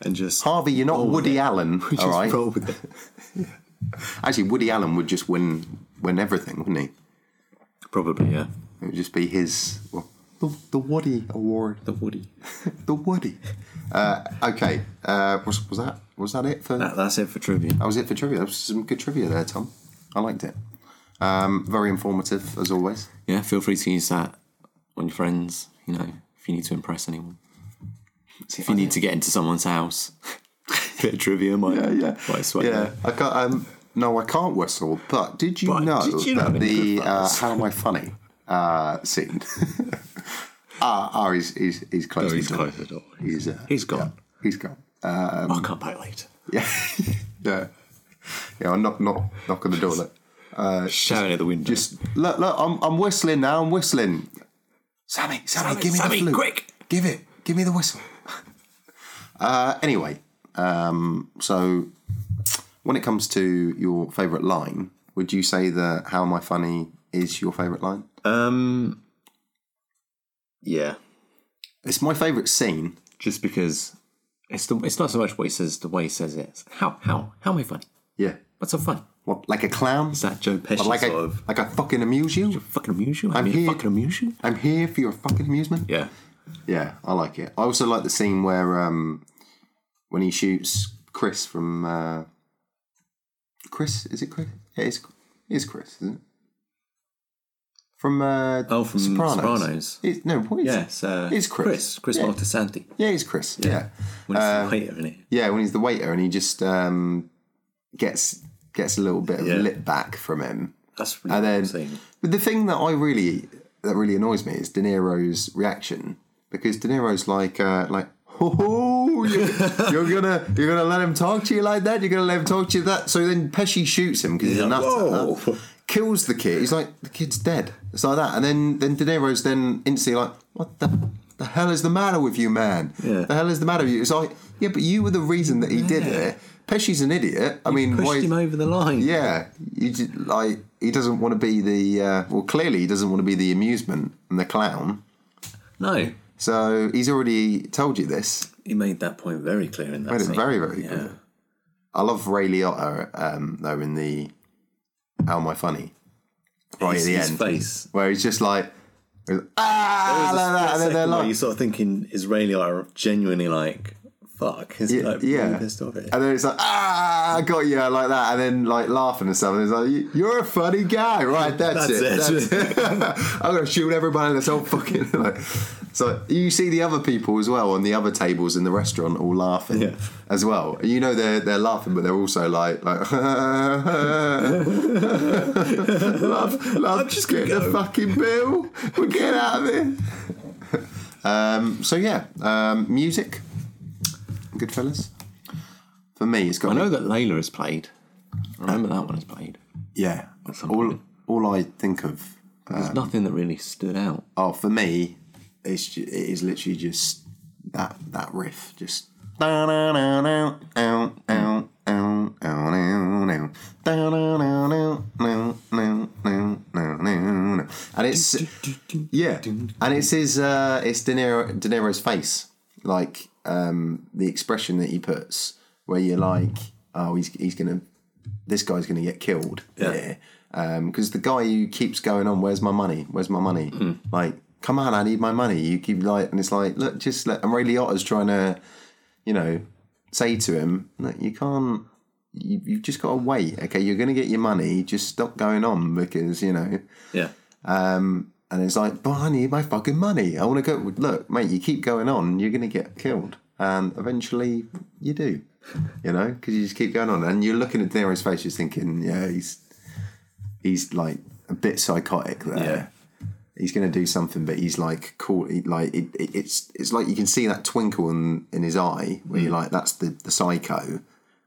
S2: and just
S1: Harvey, you're not Woody Allen.
S2: we just
S1: All right.
S2: rolled with it.
S1: Actually, Woody Allen would just win win everything, wouldn't he?
S2: Probably yeah.
S1: It would just be his well, the the Woody Award.
S2: The Woody.
S1: The Woody. Uh, okay. Uh, was was that was that it for?
S2: That, that's it for trivia.
S1: That was it for trivia. That was some good trivia there, Tom. I liked it. Um, very informative, as always.
S2: Yeah, feel free to use that on your friends. You know, if you need to impress anyone, if you need to get into someone's house, bit of trivia might
S1: Yeah, yeah.
S2: might sweat.
S1: Yeah, I can't. Um, no, I can't whistle. But did you
S2: But
S1: know
S2: did you
S1: that
S2: know
S1: the
S2: Nicholas
S1: uh,
S2: Sparks?
S1: "How Am I Funny" uh, scene? Ah, ah, he's he's he's close.
S2: Oh, he's
S1: to it.
S2: close at all.
S1: He's, uh,
S2: He's gone.
S1: yeah, he's gone.
S2: I'll come back later.
S1: Yeah, yeah, yeah. I'm knock knock knock on the door. Look,
S2: Shouting at the window.
S1: just look, look. I'm I'm whistling now. I'm whistling. Sammy, Sammy,
S2: Sammy,
S1: give me
S2: Sammy,
S1: the flute.
S2: quick.
S1: Give it. Give me the whistle. Uh, anyway, um, so when it comes to your favourite line, would you say that "How am I funny" is your favourite line?
S2: um, yeah.
S1: It's my favourite scene.
S2: Just because it's the it's not so much what he says, the way he says it. It's how how how am I funny?
S1: Yeah,
S2: What's so funny?
S1: what like a clown?
S2: Is that Joe Pesci
S1: Like
S2: sort
S1: I
S2: of
S1: like I fucking amuse you.
S2: fucking amuse you? I mean,
S1: here-
S2: fucking amuse you?
S1: I'm here for your fucking amusement.
S2: Yeah.
S1: Yeah, I like it. I also like the scene where um, when he shoots Chris from uh, Chris. Is it Chris? Yeah, it's it is Chris, isn't it? From uh,
S2: Oh, from
S1: Sopranos.
S2: Sopranos.
S1: It's- no, what is
S2: Yes. Uh,
S1: It's Chris.
S2: Chris. Chris
S1: Yeah. Um,
S2: Maltasanti.
S1: Yeah, it's Chris. Yeah. yeah,
S2: When he's the waiter, isn't it?
S1: When he's the waiter and he just um, gets gets a little bit of
S2: Yeah.
S1: lip back from him.
S2: That's really
S1: And then,
S2: insane.
S1: but the thing that I really that really annoys me is De Niro's reaction because De Niro's like uh, like. Oh, you're, you're gonna you're gonna let him talk to you like that. You're gonna let him talk to you that. So then Pesci shoots him because he's a
S2: Yeah.
S1: nutter.
S2: Whoa.
S1: Kills the kid. He's like the kid's dead. It's like that. And then then De Niro's then instantly like, what the the hell is the matter with you, man?
S2: Yeah.
S1: The hell is the matter with you? It's like yeah, but you were the reason that he did it. Pesci's an idiot. I mean,
S2: pushed
S1: why?
S2: him over the line.
S1: Yeah, you just, like he doesn't want to be the uh, well. Clearly, he doesn't want to be the amusement and the clown.
S2: No,
S1: So he's already told you this.
S2: he made that point very clear in that.
S1: Made it
S2: scene.
S1: very, very
S2: yeah.
S1: clear. I love Ray Liotta um, though in the "How Am I Funny?" Right at
S2: His-
S1: the
S2: his
S1: end,
S2: face.
S1: where he's just like, ah,
S2: There's a
S1: like that,
S2: split
S1: and then they're
S2: second where
S1: like,
S2: you sort of thinking Israeli are genuinely like, fuck. Is like really
S1: yeah.
S2: pissed off at it.
S1: And then it's like, ah, I got you, like that. And then, like, laughing and stuff. And it's like, "You- you're a funny guy, right? That's,
S2: That's
S1: it.
S2: it.
S1: That's it. I'm going to shoot everybody in this whole fucking. Like. So you see the other people as well on the other tables in the restaurant all laughing
S2: Yeah.
S1: as well. You know they're they're laughing, but they're also like like love, love, just get the fucking bill. We get out of here. Um, so yeah, um, music. Goodfellas. For me, it's got.
S2: I know that Layla is played. I remember that one is played.
S1: Yeah.
S2: some
S1: All
S2: point.
S1: all I think of.
S2: There's nothing that really stood out.
S1: Oh, for me, it's ju- it is literally just that that riff, just. And and it's yeah, and it's his uh, it's De Niro De Niro's face, like um, the expression that he puts, where you're like, oh, he's he's gonna, this guy's gonna get killed, yeah, because the guy who keeps going on, where's my money? Where's my money? Like, come on, I need my money. You keep like, and it's like, look, just let. And Ray Liotta's trying to, you know, say to him, look, you can't. You, you've just got to wait. Okay, you're going to get your money. Just stop going on because you know
S2: yeah.
S1: um, and it's like, but I need my fucking money. I want to go. Look, mate, you keep going on, you're going to get killed. And eventually you do, you know, because you just keep going on. And you're looking at De Niro's face, just thinking, yeah, he's he's like a bit psychotic there. He's going to do something, but he's like cool. he- Like it, it, it's it's like you can see that twinkle in, in his eye where you're like, that's the, the psycho,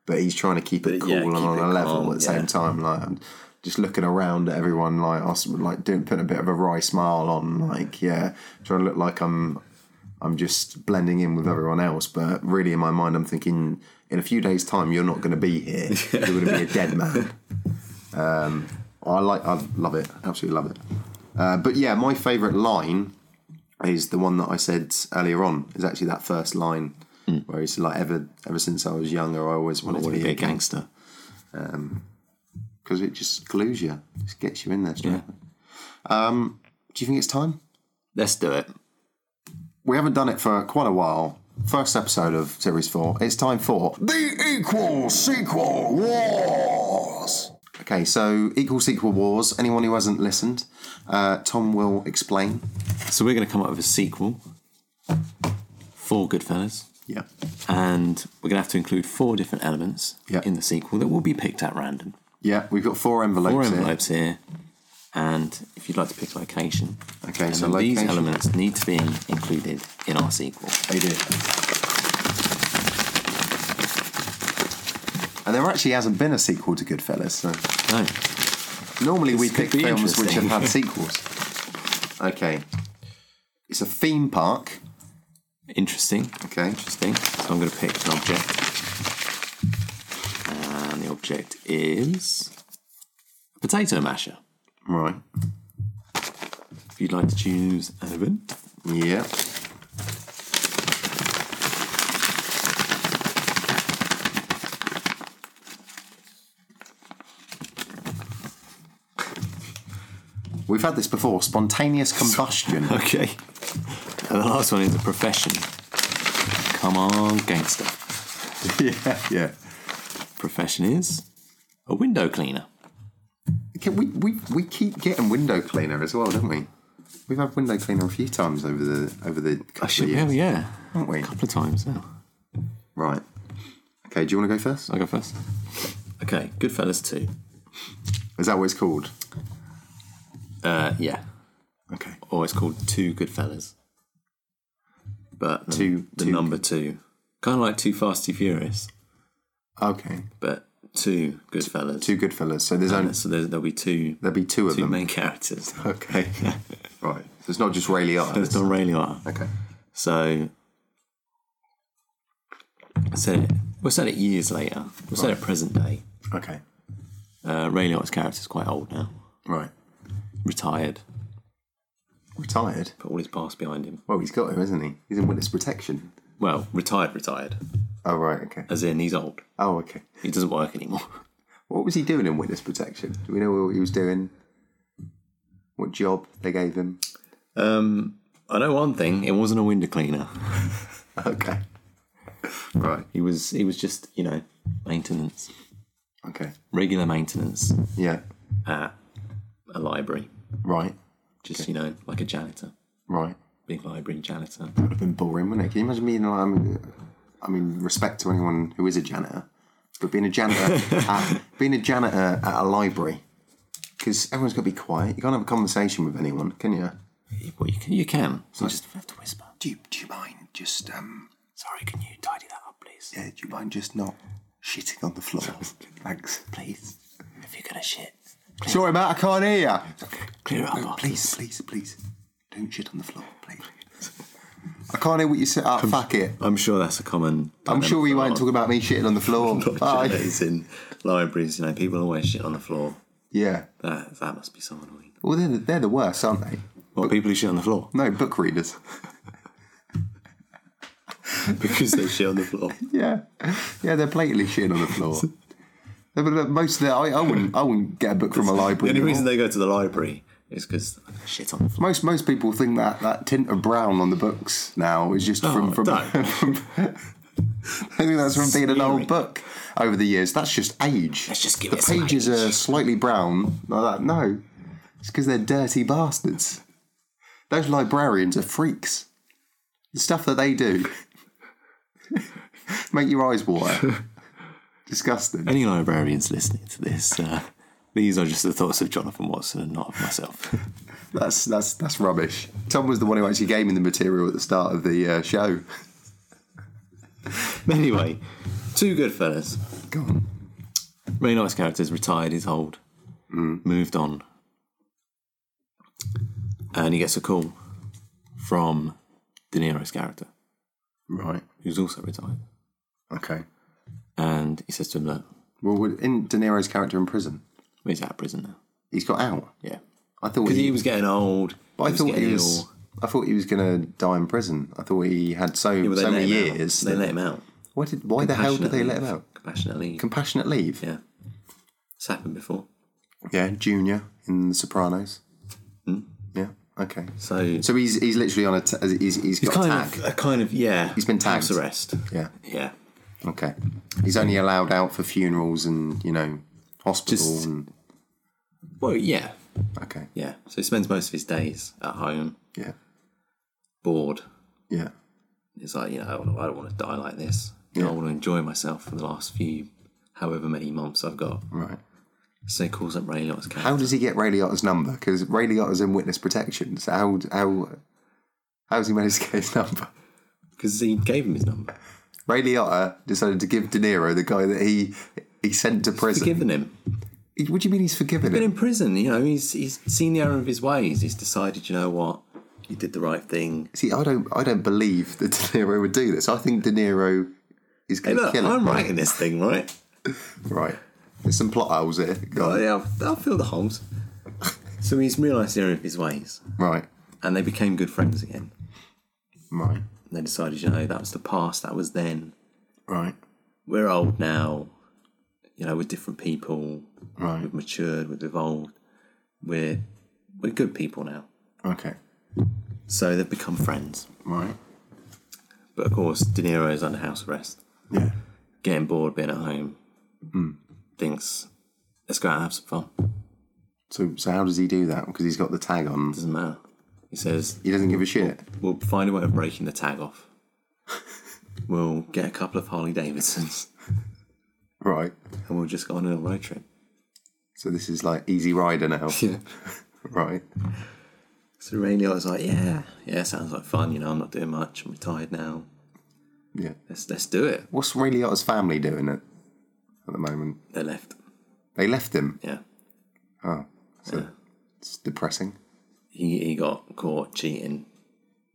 S1: but he's trying to keep it cool
S2: yeah,
S1: and
S2: keep
S1: on
S2: it
S1: a level
S2: calm,
S1: at the
S2: yeah.
S1: same time. Like I'm just looking around at everyone, like us, like doing putting a bit of a wry smile on, like yeah, trying to look like I'm I'm just blending in with everyone else, but really in my mind, I'm thinking in a few days' time, you're not going to be here. You're going to be a dead man. Um, I like, I love it, absolutely love it. Uh, but yeah, my favourite line is the one that I said earlier on. Is actually that first line where it's like ever ever since I was younger, I always wanted to be, a gangster because it just glues you, just gets you in there. Straight. away. Um, do you think it's time?
S2: Let's do it.
S1: We haven't done it for quite a while. First episode of series four. It's time for the Equal Sequel Wars. Okay, so Equal Sequel Wars. Anyone who hasn't listened, uh, Tom will explain.
S2: So we're going to come up with a sequel for Goodfellas,
S1: Yeah.
S2: and we're going to have to include four different elements
S1: Yeah.
S2: in the sequel that will be picked at random.
S1: Yeah, we've got four envelopes.
S2: Four
S1: here.
S2: envelopes here, and if you'd like to pick a location,
S1: Okay,
S2: and
S1: so
S2: then these
S1: location.
S2: elements need to be included in our sequel.
S1: They do. And there actually hasn't been a sequel to Goodfellas. So
S2: No,
S1: normally we
S2: This
S1: pick
S2: could be
S1: films which have
S2: interesting.
S1: had sequels. Okay. It's a theme park.
S2: interesting.
S1: Okay.
S2: Interesting. So I'm going to pick an object. And the object is a potato masher.
S1: Right.
S2: If you'd like to choose an event,
S1: Yeah. We've had this before. Spontaneous combustion.
S2: Okay. And the last one is a profession. Come on, gangster.
S1: yeah. Yeah.
S2: Profession is a window cleaner.
S1: Can we, we we keep getting window cleaner as well, don't we? We've had window cleaner a few times over the over the couple of
S2: yeah,
S1: years,
S2: yeah.
S1: haven't we?
S2: A couple of times now.
S1: Right. Okay. Do you want to go first?
S2: I'll go first. Okay, Goodfellas 2.
S1: Is that what it's called?
S2: Uh, yeah.
S1: Okay.
S2: Or it's called Two Goodfellas. But the,
S1: Two-
S2: the
S1: two-
S2: number two. Kind of like Too Fast, Too Furious,
S1: Okay.
S2: but two Goodfellas.
S1: Two good fellas. So there's only
S2: So there, there'll be two,
S1: there'll be two of
S2: two
S1: them.
S2: main characters.
S1: Okay. right. So it's not just Ray
S2: There's
S1: Liotta.
S2: Don Ray Liotta.
S1: Okay.
S2: So I said it. We said it years later. We said it present day.
S1: Okay.
S2: Uh, Ray Liotta's character's quite old now,
S1: Right.
S2: retired,
S1: Retired.
S2: put all his past behind him.
S1: Well, he's got him, isn't he? He's in witness protection.
S2: Well, retired, retired,
S1: Oh right. Okay.
S2: as in he's old.
S1: Oh okay.
S2: He doesn't work anymore.
S1: What was he doing in witness protection? Do we know what he was doing? What job they gave him?
S2: Um, I know one thing. It wasn't a window cleaner.
S1: Okay. Right.
S2: He was. He was just you know maintenance,
S1: Okay.
S2: regular maintenance
S1: Yeah.
S2: at a library.
S1: Right.
S2: Just you know like a janitor,
S1: Right.
S2: big library janitor.
S1: Would have been boring, wouldn't it? Can you imagine being like, I mean, I mean, respect to anyone who is a janitor, but being a janitor, at, being a janitor at a library, because everyone's got to be quiet. You can't have a conversation with anyone, can you?
S2: Well, you can. You can. You just have to whisper.
S1: Do you, do you mind just um?
S2: Sorry, can you tidy that up, please?
S1: Yeah, do you mind just not shitting on the floor? Thanks.
S2: Please. If you're gonna shit,
S1: Sorry, mate, I can't hear you.
S2: clear it up. after.
S1: Please, please, please, don't shit on the floor, please. I can't hear what you said. Oh, fuck it.
S2: I'm sure that's a common.
S1: I'm sure we won't talk about me shitting on the floor.
S2: about
S1: Oh,
S2: in libraries. You know, people always shit on the floor.
S1: yeah.
S2: That that must be so annoying.
S1: Well, they're the, they're the worst, aren't they?
S2: Well, people who shit on the floor
S1: No, book readers.
S2: because they shit on the floor.
S1: yeah, yeah, they're blatantly shitting on the floor. Yeah, but look, most of the I, I wouldn't I wouldn't get a book from a
S2: The
S1: library.
S2: only
S1: anymore.
S2: reason they go to the library is because shit on the floor.
S1: most most people think that that tint of brown on the books now is just from
S2: Oh,
S1: from.
S2: don't.
S1: from I think that's from being an
S2: Smearing.
S1: old book over the years. That's just age.
S2: Let's just give
S1: the
S2: it some
S1: pages
S2: age.
S1: are slightly brown like that. No, it's because they're dirty bastards. Those librarians are freaks. The stuff that they do make your eyes water. Disgusting.
S2: Any librarians listening to this, uh, these are just the thoughts of Jonathan Watson and not of myself.
S1: That's that's that's rubbish. Tom was the one who actually gave me the material at the start of the uh, show.
S2: anyway, two good fellas.
S1: Go on.
S2: Really nice characters, retired, he's old,
S1: Mm.
S2: moved on. And he gets a call from De Niro's character,
S1: Right.
S2: who's also retired.
S1: Okay.
S2: And he says to him, Look,
S1: Well, would- in De Niro's character in prison,
S2: he's out of prison now.
S1: he's got out.
S2: Yeah.
S1: I thought
S2: Because
S1: he,
S2: he was getting old.
S1: but I
S2: was
S1: thought he
S2: getting
S1: was.
S2: ill.
S1: I thought he was going to die in prison. I thought he had so
S2: But they
S1: so
S2: let
S1: many
S2: him out.
S1: years.
S2: They
S1: that-
S2: let him out.
S1: why did why the hell did
S2: Compassionate
S1: they let
S2: leave.
S1: him out?
S2: Compassionately.
S1: Compassionate leave.
S2: yeah. It's happened before.
S1: Yeah, Junior in The Sopranos.
S2: Hmm?
S1: Yeah. Okay.
S2: So,
S1: So he's he's literally on a t- he's he's got
S2: kind
S1: a tag.
S2: of, a kind of, yeah. He's
S1: been tagged.
S2: House arrest.
S1: Yeah.
S2: Yeah.
S1: Okay. He's only allowed out for funerals and you know hospital
S2: Just-
S1: and
S2: Well, yeah.
S1: okay.
S2: Yeah. So he spends most of his days at home,
S1: Yeah.
S2: bored.
S1: Yeah.
S2: It's like, you know, I don't- I don't want to die like this. You know,
S1: Yeah.
S2: I want to enjoy myself for the last few, however many months I've got.
S1: Right.
S2: So he calls up Ray Liotta's character.
S1: How does he get Ray Liotta's number? Because Ray Liotta's in witness protection. So how how how does he manage to get his number?
S2: Because he gave him his number.
S1: Ray Liotta decided to give De Niro the guy that he he sent to prison.
S2: Forgiven him.
S1: He- What do you mean he's forgiven
S2: been
S1: him?
S2: in prison. You know, he's he's seen the error of his ways. He's decided, you know what, you did the right thing.
S1: See, I don't I don't believe that De Niro would do this. I think De Niro is
S2: Hey,
S1: going to
S2: look,
S1: kill him.
S2: I'm writing this thing, right?
S1: Right. There's some plot holes here. Go
S2: Oh,
S1: on.
S2: yeah, I'll, I'll fill the holes. so he's realised the error of his ways,
S1: Right.
S2: and they became good friends again.
S1: Right.
S2: And they decided, you know, that was the past. That was then.
S1: Right.
S2: We're old now. You know, we're different people.
S1: Right.
S2: We've matured. We've evolved. We're we're good people now.
S1: Okay.
S2: So they've become friends.
S1: Right.
S2: But of course, De Niro is under house arrest.
S1: Yeah.
S2: getting bored being at home, thinks, let's go out and have some fun.
S1: So so how does he do that? Because he's got the tag on.
S2: Doesn't matter. He says,
S1: He doesn't give a shit.
S2: we'll find a way of breaking the tag off. we'll get a couple of Harley Davidsons
S1: Right.
S2: and we'll just go on a little road trip.
S1: So this is like Easy Rider now.
S2: Yeah.
S1: right.
S2: So really, I was like, yeah, yeah, sounds like fun. You know, I'm not doing much. I'm retired now.
S1: Yeah.
S2: Let's let's do it.
S1: What's Ray Liotta's family doing at at the moment?
S2: They left.
S1: They left him.
S2: Yeah.
S1: It's depressing.
S2: He he got caught cheating.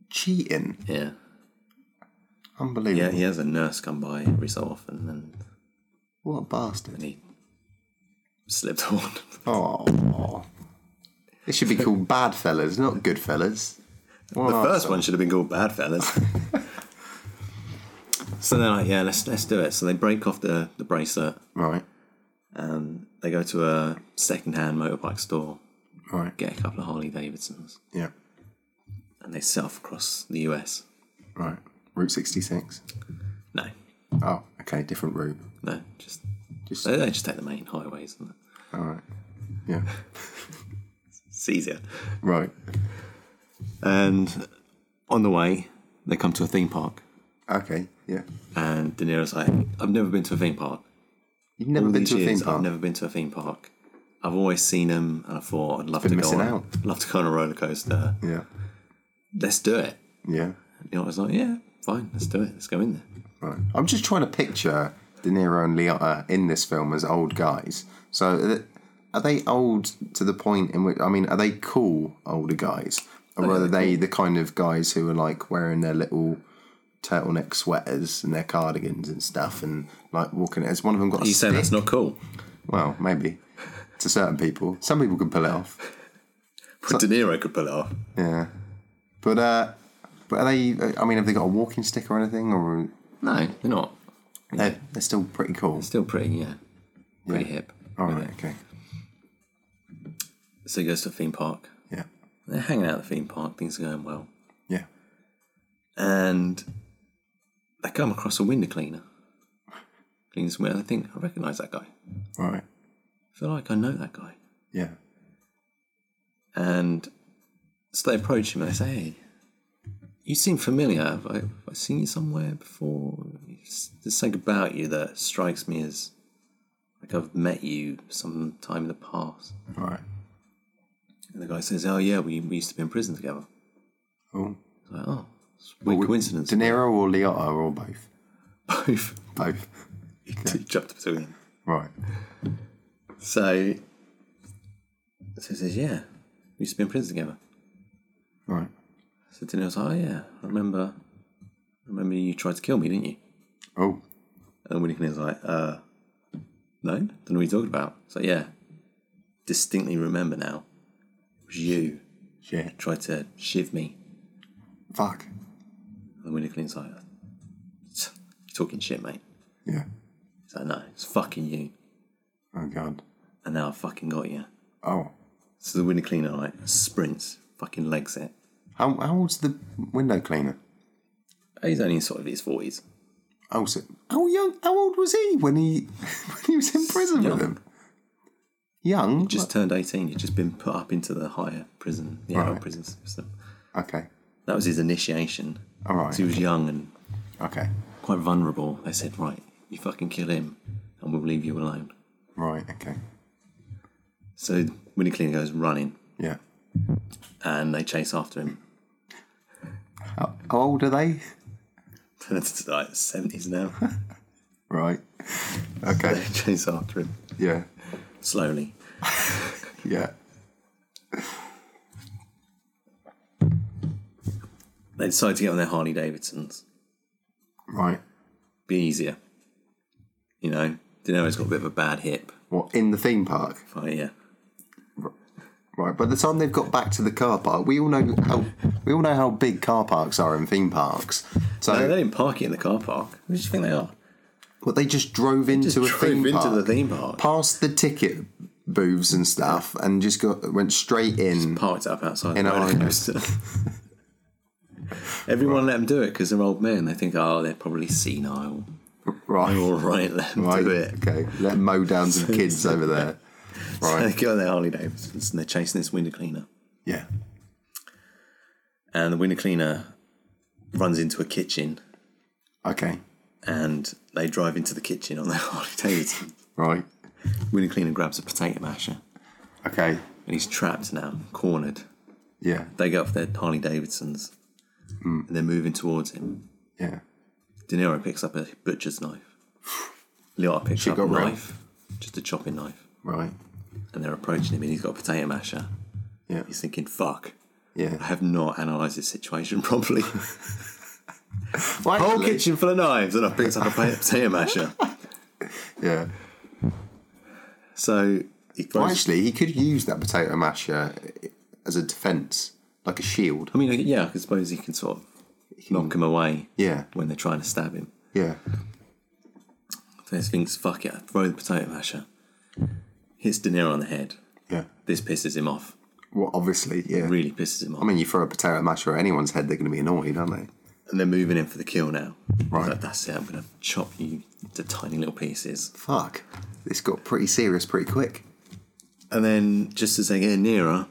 S1: Cheating.
S2: Yeah. Yeah.
S1: Unbelievable.
S2: He has a nurse come by every so often, and
S1: What a bastard.
S2: he slipped on.
S1: Oh. It should be called Bad Fellas, not Good Fellas.
S2: The first one should have been called Bad Fellas. so they're like, yeah, let's let's do it. So they break off the, the bracelet.
S1: Right.
S2: Um, they go to a second-hand motorbike store,
S1: Right.
S2: get a couple of Harley Davidsons,
S1: Yeah.
S2: and they set off across the US.
S1: Right. Route 66.
S2: No,
S1: Oh, okay. Different route.
S2: no, just,
S1: Just-
S2: they, they just take the main highways. And
S1: All right. Yeah.
S2: it's easier.
S1: Right.
S2: And on the way, they come to a theme park,
S1: Okay. Yeah.
S2: and De Niro's like, I've never been to a theme park.
S1: You've never
S2: All
S1: been
S2: these
S1: to a theme
S2: years,
S1: park.
S2: I've never been to a theme park. I've always seen them, and I thought I'd love
S1: Been
S2: to go
S1: missing
S2: on.
S1: out.
S2: Love to go on a roller coaster.
S1: Yeah.
S2: Let's do it.
S1: Yeah.
S2: You know, I was like, yeah, fine, let's do it. Let's go in there.
S1: Right. I'm just trying to picture De Niro and Liotta in this film as old guys. So are they- are they old to the point in which I mean, are they cool older guys, or are they the kind of guys who are like wearing their little turtleneck sweaters and their cardigans and stuff and like walking? Has one of them got? A
S2: You saying
S1: stick?
S2: that's not cool?
S1: Well, maybe to certain people, some people can pull it off.
S2: But De Niro could pull it off.
S1: Yeah, but uh, but are they? I mean, have they got a walking stick or anything? Or
S2: No, they're not.
S1: they're, they're still pretty cool.
S2: Still pretty, yeah. Pretty hip.
S1: All right, okay,
S2: So he goes to a theme park.
S1: yeah,
S2: They're hanging out at the theme park. Things are going well.
S1: yeah.
S2: And they come across a window cleaner. Cleans window. I think I recognise that guy. I
S1: All right,
S2: feel like I know that guy.
S1: yeah,
S2: And so they approach him and they say, Hey, you seem familiar. Have I, have I seen you somewhere before? It's- There's something about you that strikes me as like I've met you sometime in the past.
S1: all right.
S2: And the guy says, Oh, yeah, we, we used to be in prison together.
S1: Oh,
S2: It's like, Oh, it's a weird coincidence.
S1: De Niro or Liotta or both?
S2: Both.
S1: Both.
S2: He jumped between them.
S1: Right.
S2: So, so he says, Yeah, we used to be in prison together.
S1: Right.
S2: So Daniel was like, Oh, yeah, I remember, I remember you tried to kill me, didn't you?
S1: Oh,
S2: And Winnie Clean's like, uh, no, don't know what you're talking about. So yeah, distinctly remember now, it was you
S1: shit.
S2: tried to shiv me.
S1: Fuck.
S2: And Winnie Clean's like, "Tch, you're talking shit, mate.
S1: Yeah.
S2: He's like, no, it's fucking you.
S1: Oh god.
S2: And now I fucking got you.
S1: Oh.
S2: So the window cleaner like sprints, fucking legs it.
S1: How how old's the window cleaner?
S2: He's only in sort of his forties.
S1: Oh, so, how young? How old was he when he when he was in prison
S2: Young.
S1: with them? Young.
S2: Just turned eighteen. He'd just been put up into the higher prison, the adult
S1: Right.
S2: prison system.
S1: okay.
S2: That was his initiation.
S1: All right.
S2: So he was young and
S1: Okay.
S2: quite vulnerable. They said, right, you fucking kill him and we'll leave you alone.
S1: Right. Okay.
S2: So Winnie Cleaner goes running
S1: Yeah.
S2: and they chase after him.
S1: How, how old are they?
S2: it's like 70s now.
S1: Right. Okay.
S2: they chase after him
S1: Yeah.
S2: slowly.
S1: Yeah.
S2: They decide to get on their Harley Davidsons.
S1: Right.
S2: Be easier. You know, De Niro's got a bit of a bad hip.
S1: What in the theme park?
S2: Oh, yeah.
S1: Right. By the time they've got back to the car park, we all know how we all know how big car parks are in theme parks. So,
S2: No, they didn't park it in the car park. Who do you think they are?
S1: but they just drove into
S2: Just
S1: a
S2: drove
S1: theme
S2: into
S1: park.
S2: the theme park.
S1: past the ticket booths and stuff and just got went straight in.
S2: parked up outside
S1: In
S2: the
S1: a
S2: roller
S1: high
S2: coaster. Everyone let them do it because they're old men. They think, oh, they're probably senile.
S1: Right.
S2: All right, let them
S1: Right.
S2: do it.
S1: Okay. Let mow down some kids over there.
S2: They
S1: Right.
S2: get on their Harley Davidsons and they're chasing this window cleaner.
S1: Yeah.
S2: And the window cleaner runs into a kitchen
S1: Okay.
S2: and they drive into the kitchen on their Harley Davidson.
S1: Right.
S2: window cleaner grabs a potato masher
S1: Okay.
S2: and he's trapped now, cornered.
S1: Yeah.
S2: They get off their Harley Davidsons
S1: Hmm.
S2: and they're moving towards him.
S1: Yeah.
S2: De Niro picks up a butcher's knife. Liotta picks up a
S1: got round.
S2: knife, just a chopping knife.
S1: Right.
S2: and they're approaching him and he's got a potato masher.
S1: Yeah.
S2: He's thinking, fuck, I
S1: Yeah.
S2: have not analysed this situation properly.
S1: Well,
S2: Whole
S1: actually-
S2: kitchen full of knives and I picked up a pa- potato masher.
S1: Yeah.
S2: So he goes,
S1: Well, actually, he could use that potato masher as a defense, like a shield.
S2: I mean, I- yeah, I could suppose he can sort of knock him away
S1: Yeah.
S2: when they're trying to stab him.
S1: Yeah.
S2: So he thinks, fuck it, I throw the potato masher. Hits De Niro on the head.
S1: Yeah.
S2: This pisses him off.
S1: Well, obviously, yeah.
S2: Really pisses him off.
S1: I mean, you throw a potato masher at anyone's head, they're going to be annoyed, aren't they?
S2: and they're moving in for the kill now. He's
S1: Right.
S2: like, That's it, I'm going to chop you into tiny little pieces.
S1: Fuck. This got pretty serious pretty quick.
S2: And then just as they get nearer,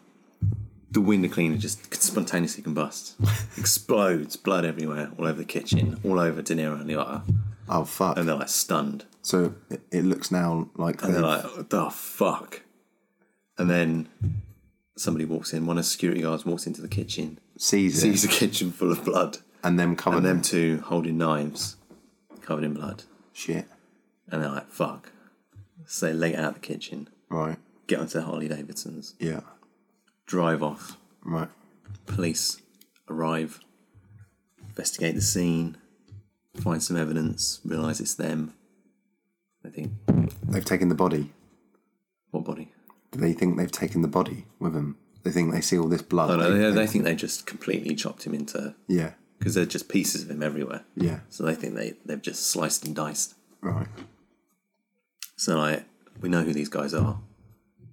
S2: the window cleaner just spontaneously combusts, explodes, blood everywhere, all over the kitchen, all over De Niro and Liotta.
S1: Oh, fuck.
S2: And they're like stunned.
S1: So it, it looks now like
S2: And
S1: they've-
S2: they're like, "What the fuck? And then somebody walks in, one of the security guards walks into the kitchen,
S1: sees it
S2: sees the kitchen full of blood,
S1: and them covered
S2: and them
S1: them.
S2: two holding knives covered in blood.
S1: Shit.
S2: And they're like, fuck. So they leg it out of the kitchen,
S1: Right.
S2: get onto their Harley Davidson's,
S1: Yeah.
S2: drive off.
S1: Right.
S2: Police arrive, investigate the scene, find some evidence, realise it's them. They think,
S1: They've taken the body.
S2: what body?
S1: Do they think they've taken the body with them? They think they see all this blood.
S2: Oh, no,
S1: They-
S2: they,
S1: they-
S2: they think they just completely chopped him into
S1: yeah,
S2: because there's just pieces of him everywhere.
S1: yeah,
S2: So they think they they've just sliced and diced.
S1: right,
S2: So like we know who these guys are.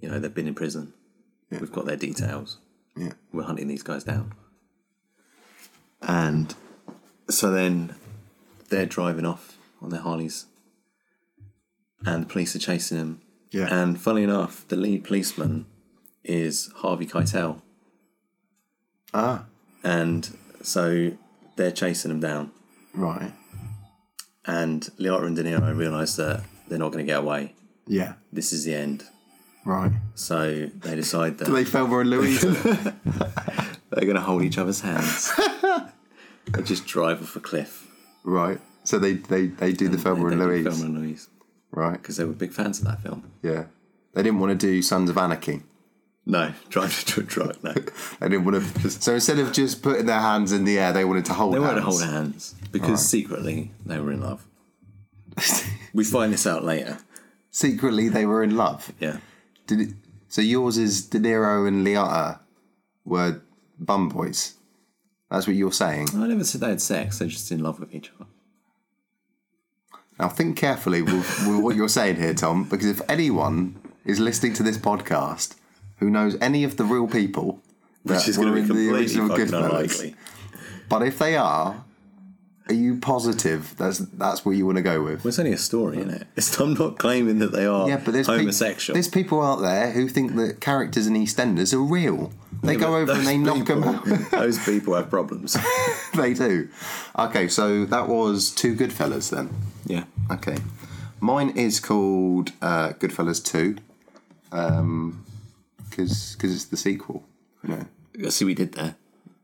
S2: You know they've been in prison. We've got their details.
S1: yeah,
S2: We're hunting these guys down. And so then they're driving off on their Harleys, and the police are chasing them.
S1: yeah,
S2: And funnily enough, the lead policeman is Harvey Keitel.
S1: ah,
S2: And so they're chasing him down.
S1: right,
S2: And Leota and De Niro realise that they're not going to get away.
S1: yeah,
S2: This is the end.
S1: right.
S2: So they decide that
S1: They fell for a Louisa.
S2: they're going to hold each other's hands and just drive off a cliff.
S1: right. So they they they do the Felber and
S2: They
S1: Louise,
S2: did Thelma and Louise.
S1: right?
S2: Because they were big fans of that film.
S1: Yeah, they didn't want to do Sons of Anarchy.
S2: No, drive to a truck, no.
S1: They didn't want to. so instead of just putting their hands in the air, they wanted to hold.
S2: They
S1: hands.
S2: wanted to hold hands because secretly they were in love. We find this out later.
S1: Secretly, they were in love.
S2: Yeah.
S1: Did it, so yours is De Niro and Liotta were bum boys. That's what you're saying.
S2: I never said they had sex, they're just in love with each other.
S1: Now think carefully with, with what you're saying here, Tom, because if anyone is listening to this podcast who knows any of the real people that
S2: Which is
S1: were
S2: going to
S1: in the
S2: be completely
S1: original
S2: fucking
S1: Goodfellas,
S2: unlikely.
S1: but if they are, are you positive that's that's what you want to go with?
S2: Well, it's only a story, isn't it? It's, I'm not claiming that they are
S1: Yeah, but there's peop-
S2: homosexual.
S1: there's people out there who think that characters in EastEnders are real. They go over and they knock them out.
S2: Those people have problems.
S1: they do. Okay, so that was two Goodfellas then.
S2: yeah.
S1: Okay, mine is called uh, Goodfellas Two, because because it's the sequel. You know,
S2: I see what we did there.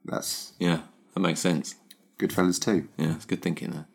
S1: that's
S2: Yeah, that makes sense.
S1: Goodfellas Two.
S2: Yeah, it's good thinking there.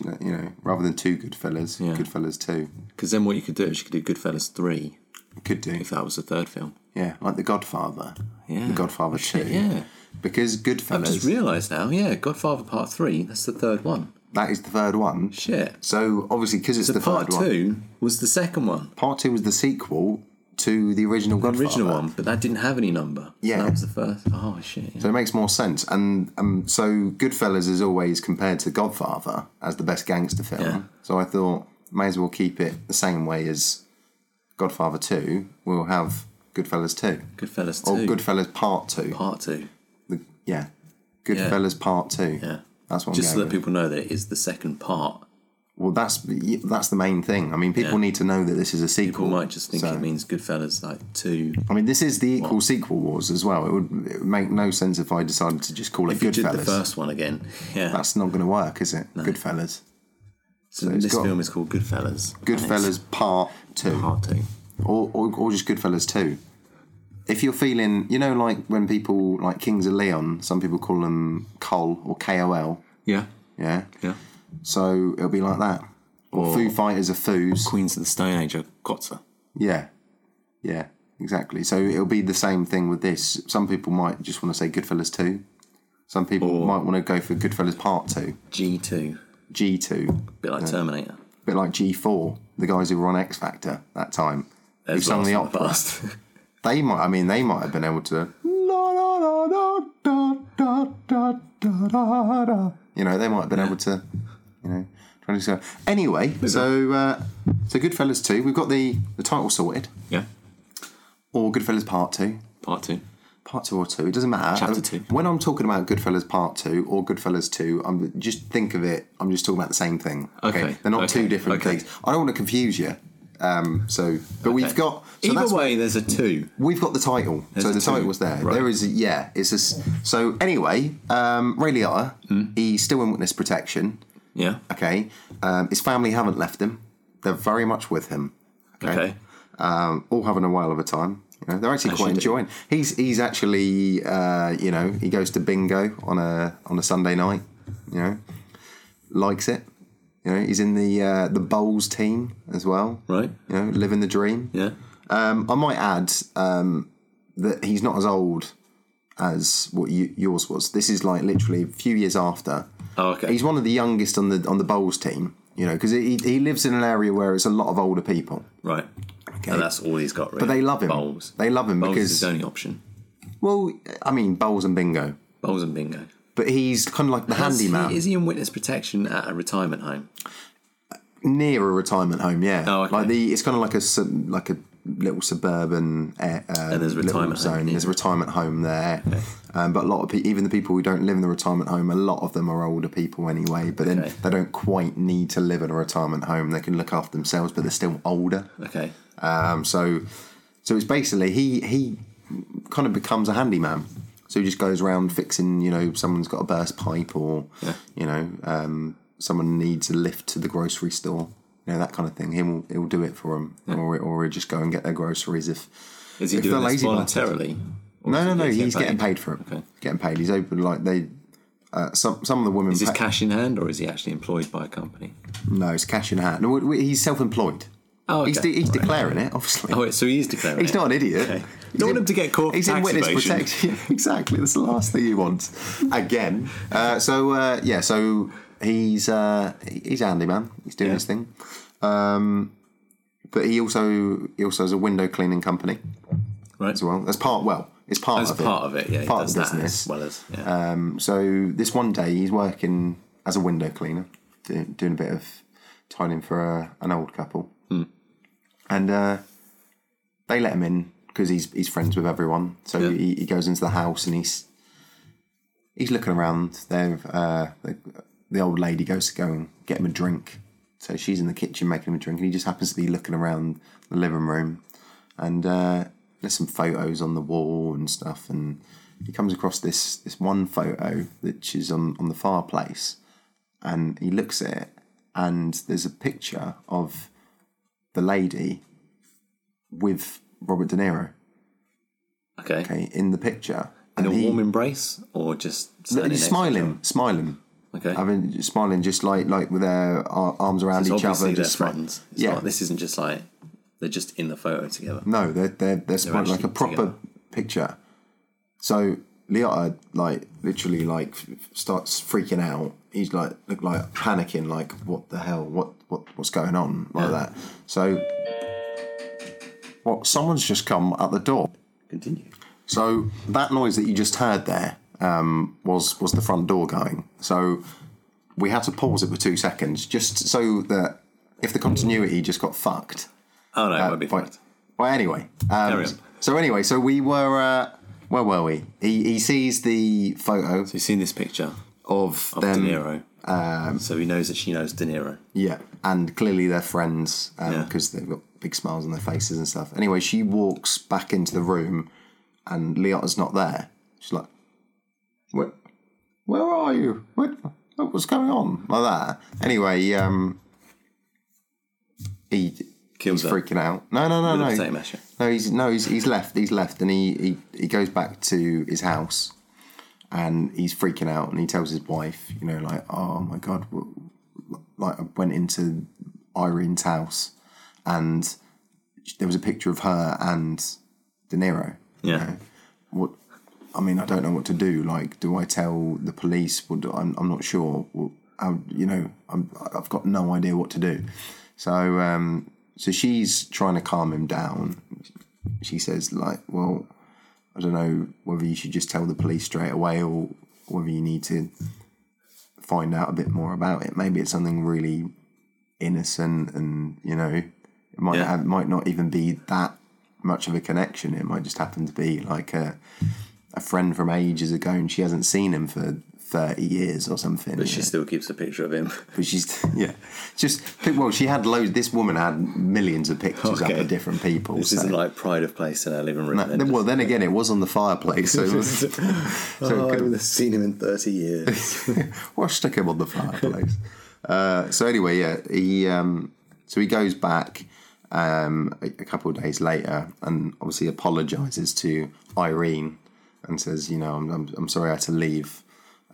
S1: You know, you know, rather than two Goodfellas,
S2: Yeah.
S1: Goodfellas Two
S2: Because then what you could do is you could do Goodfellas 3
S1: could do.
S2: if that was the third film.
S1: Yeah, like The Godfather.
S2: Yeah.
S1: The Godfather Two.
S2: Shit, yeah.
S1: Because
S2: I've just
S1: Goodfellas,
S2: realised now, yeah, Godfather Part 3, that's the third one.
S1: that is the third one.
S2: Shit.
S1: So obviously, because it's
S2: So
S1: the
S2: Part
S1: third one,
S2: 2 was the second one,
S1: part two was the sequel to the original
S2: the
S1: Godfather.
S2: original one, but that didn't have any number. So
S1: Yeah.
S2: that was the first. Oh, shit. Yeah.
S1: So it makes more sense. And um, so Goodfellas is always compared to Godfather as the best gangster film.
S2: Yeah.
S1: So I thought, may as well keep it the same way as Godfather 2. We'll have Goodfellas 2.
S2: Goodfellas 2.
S1: Or Goodfellas Part 2.
S2: Part 2.
S1: The- yeah. Goodfellas Part 2.
S2: Yeah.
S1: That's what
S2: Just
S1: I'm going
S2: so that
S1: with.
S2: people know that it is the second part.
S1: Well, that's that's the main thing. I mean, people
S2: Yeah.
S1: need to know that this is a sequel.
S2: People might just think
S1: so-
S2: it means Goodfellas like 2.
S1: I mean, this is the equal sequel wars as well. It would, it would make no sense if I decided to just call it
S2: If you did the
S1: Goodfellas.
S2: first one again. Yeah.
S1: That's not going to work, is it? Goodfellas.
S2: so
S1: it's
S2: this
S1: got-
S2: film is called Goodfellas. and it's
S1: Goodfellas Part Two,
S2: Part 2.
S1: or, or or just Goodfellas Two. If you're feeling, you know, like when people like Kings of Leon, some people call them Col or KOL.
S2: Yeah.
S1: Yeah.
S2: Yeah.
S1: So it'll be like that. Or,
S2: Or-
S1: Foo Fighters are Foos.
S2: Queens of the Stone Age are Kotza.
S1: Yeah. Yeah. Exactly. So it'll be the same thing with this. Some people might just want to say Goodfellas Two. Some people might want to go for Goodfellas Part Two,
S2: G2.
S1: G Two,
S2: bit like Terminator.
S1: bit like G Four, the guys who were on X Factor that time.
S2: There's
S1: sung
S2: lots
S1: the
S2: in
S1: opera.
S2: past.
S1: They might. I mean, they might have been able to. La, la, la, da, da, da, da, da, da, da. You know, they might have been able to. You know, trying to go. Anyway, so uh, so Goodfellas two. We've got the the title sorted,
S2: yeah.
S1: or Goodfellas part two,
S2: Part two.
S1: part two or two. It doesn't matter.
S2: Chapter
S1: Um,
S2: two.
S1: When I'm talking about Goodfellas part two or Goodfellas two, I'm just think of it. I'm just talking about the same thing.
S2: Okay,
S1: they're not
S2: okay,
S1: two different
S2: okay.
S1: things. I don't want to confuse you. Um, so, but we've
S2: Okay.
S1: got so that's
S2: Either way, there's a two.
S1: We've got the title, so
S2: a
S1: the
S2: two.
S1: title was there.
S2: Right.
S1: There is, yeah, it's a s So anyway, um, Ray Liotta,
S2: Hmm.
S1: he's still in witness protection.
S2: Yeah.
S1: Okay, um, his family haven't left him; they're very much with him.
S2: Okay.
S1: Um, all having a whale of a time. You know, they're actually quite
S2: you do.
S1: enjoying. He's he's actually, uh, you know, he goes to bingo on a on a Sunday night. You know, likes it. You know, he's in the uh, the bowls team as well.
S2: Right.
S1: You know, living the dream.
S2: Yeah.
S1: Um, I might add um, that he's not as old as what you, yours was. This is like literally a few years after.
S2: Oh, okay.
S1: He's one of the youngest on the on the bowls team, you know, because he, he lives in an area where it's a lot of older people.
S2: right. And that's all he's got. Really.
S1: But they love him.
S2: Bowls.
S1: They love him
S2: Bowls is
S1: because
S2: his only option.
S1: Well, I mean, bowls and bingo.
S2: Bowls and bingo.
S1: But he's kind of like the
S2: Is he-
S1: handyman
S2: Is he in witness protection at a retirement home?
S1: near a retirement home. Yeah,
S2: Oh, okay.
S1: like the it's kind of like a sub- like a little suburban uh, and
S2: there's a retirement home,
S1: zone.
S2: yeah.
S1: There's a retirement home there, um, but a lot of pe- even the people who don't live in the retirement home, a lot of them are older people anyway. But
S2: Okay.
S1: then they don't quite need to live in a retirement home. They can look after themselves, but they're still older.
S2: Okay.
S1: Um, so, so it's basically he he kind of becomes a handyman. So he just goes around fixing. You know, someone's got a burst pipe, or
S2: Yeah.
S1: you know, um, someone needs a lift to the grocery store. You know that kind of thing. He will he'll do it for them, or or he'll just go and get their groceries if.
S2: Is he
S1: If
S2: doing
S1: the
S2: this
S1: lazy bastard-
S2: voluntarily? Or
S1: No,
S2: is
S1: no,
S2: he
S1: no. He's
S2: paid?
S1: getting paid for it.
S2: Okay.
S1: Getting paid. He's open like they. Uh, some some of the women.
S2: Is this
S1: pay-
S2: cash in hand, or is he actually employed by a company?
S1: no, it's cash in hand. No, we- he's self-employed.
S2: Oh,
S1: He's, de-
S2: okay.
S1: he's
S2: All right.
S1: declaring it, obviously.
S2: Oh, wait, so he is declaring.
S1: He's
S2: it.
S1: not an idiot.
S2: Okay.
S1: He's
S2: Don't
S1: in-
S2: want him to get caught for
S1: He's in
S2: tax
S1: witness
S2: evasion.
S1: protection. exactly. That's the last thing you want. Again. Uh, so uh, yeah. So he's uh, he's a handyman. He's doing
S2: Yeah.
S1: his thing. Um, but he also he also has a window cleaning company
S2: Right.
S1: as well. That's part. Well, it's part
S2: As
S1: of
S2: part
S1: it.
S2: of it, yeah. he
S1: Part
S2: does
S1: of the
S2: that
S1: business.
S2: as well as yeah.
S1: Um, so this one day he's working as a window cleaner, do, doing a bit of tidying for a, an old couple, and uh, they let him in because he's he's friends with everyone. So
S2: Yeah.
S1: he, he goes into the house and he's he's looking around. They've uh, the, the old lady goes to go and get him a drink. So she's in the kitchen making him a drink, and he just happens to be looking around the living room, and uh, there's some photos on the wall and stuff, and he comes across this this one photo which is on on the fireplace, and he looks at it, and there's a picture of the lady with Robert De Niro.
S2: okay.
S1: Okay, in the picture,
S2: In a
S1: he-
S2: warm embrace, or just
S1: no,
S2: standing
S1: he's
S2: next to
S1: smiling, smiling.
S2: each other? Okay.
S1: I mean, smiling just like like with their ar- arms around
S2: It's
S1: each other,
S2: obviously they're
S1: just smi-
S2: friends. It's
S1: Yeah, Mm.
S2: not- this isn't just like they're just in the photo together.
S1: no, they're they're they're, smiling like a proper
S2: actually together.
S1: picture. So Liotta like literally like f- starts freaking out. He's like look like panicking, like what the hell, what what what's going on, like that. So, well, someone's just come at the door.
S2: Continue.
S1: So that noise that you just heard there um, was was the front door going. So we had to pause it for two seconds just so that if the continuity just got fucked.
S2: Oh no, it won't be
S1: by-
S2: fine.
S1: Well, anyway. Um,
S2: Carry on.
S1: So anyway, so we were. Uh, where were we? He, he sees the photo
S2: You've seen this picture
S1: of,
S2: of
S1: them.
S2: De Niro,
S1: um,
S2: so he knows that she knows De Niro.
S1: Yeah, and clearly they're friends
S2: Yeah.
S1: because they've got big smiles on their faces and stuff. Anyway, she walks back into the room, and Leota's not there. She's like, "Where, where are you? What, what's going on?" Like that. Anyway, um, he
S2: Kills
S1: he's
S2: her.
S1: freaking out. No, no, no,
S2: With a
S1: no.
S2: potato masher.
S1: No, he's no, he's, he's left. He's left, and he, he he goes back to his house, and he's freaking out, and he tells his wife, you know, like, oh my god, w- like I went into Irene's house, and there was a picture of her and De Niro. you
S2: Yeah.
S1: know. What? I mean, I don't know what to do. Like, do I tell the police? What do, I'm, I'm not sure. Well, how, you know, I'm, I've got no idea what to do. So, um, so she's trying to calm him down. She says, like, well, I don't know whether you should just tell the police straight away or whether you need to find out a bit more about it. Maybe it's something really innocent, and you know, it might
S2: Yeah.
S1: have, might not even be that much of a connection. It might just happen to be like a a friend from ages ago, and she hasn't seen him for thirty years or something.
S2: But she still keeps a picture of him.
S1: But she's yeah, just well, she had loads. This woman had millions of pictures up
S2: Okay.
S1: of different people.
S2: This
S1: so-
S2: isn't like pride of place in our living room. then,
S1: well, then again, it was on the fireplace. So, it was-
S2: just- oh, I haven't seen him in thirty years.
S1: well, stick him on the fireplace. uh, so anyway, yeah, he um, so he goes back um, a, a couple of days later and obviously apologizes to Irene and says, you know, I'm, I'm, I'm sorry I had to leave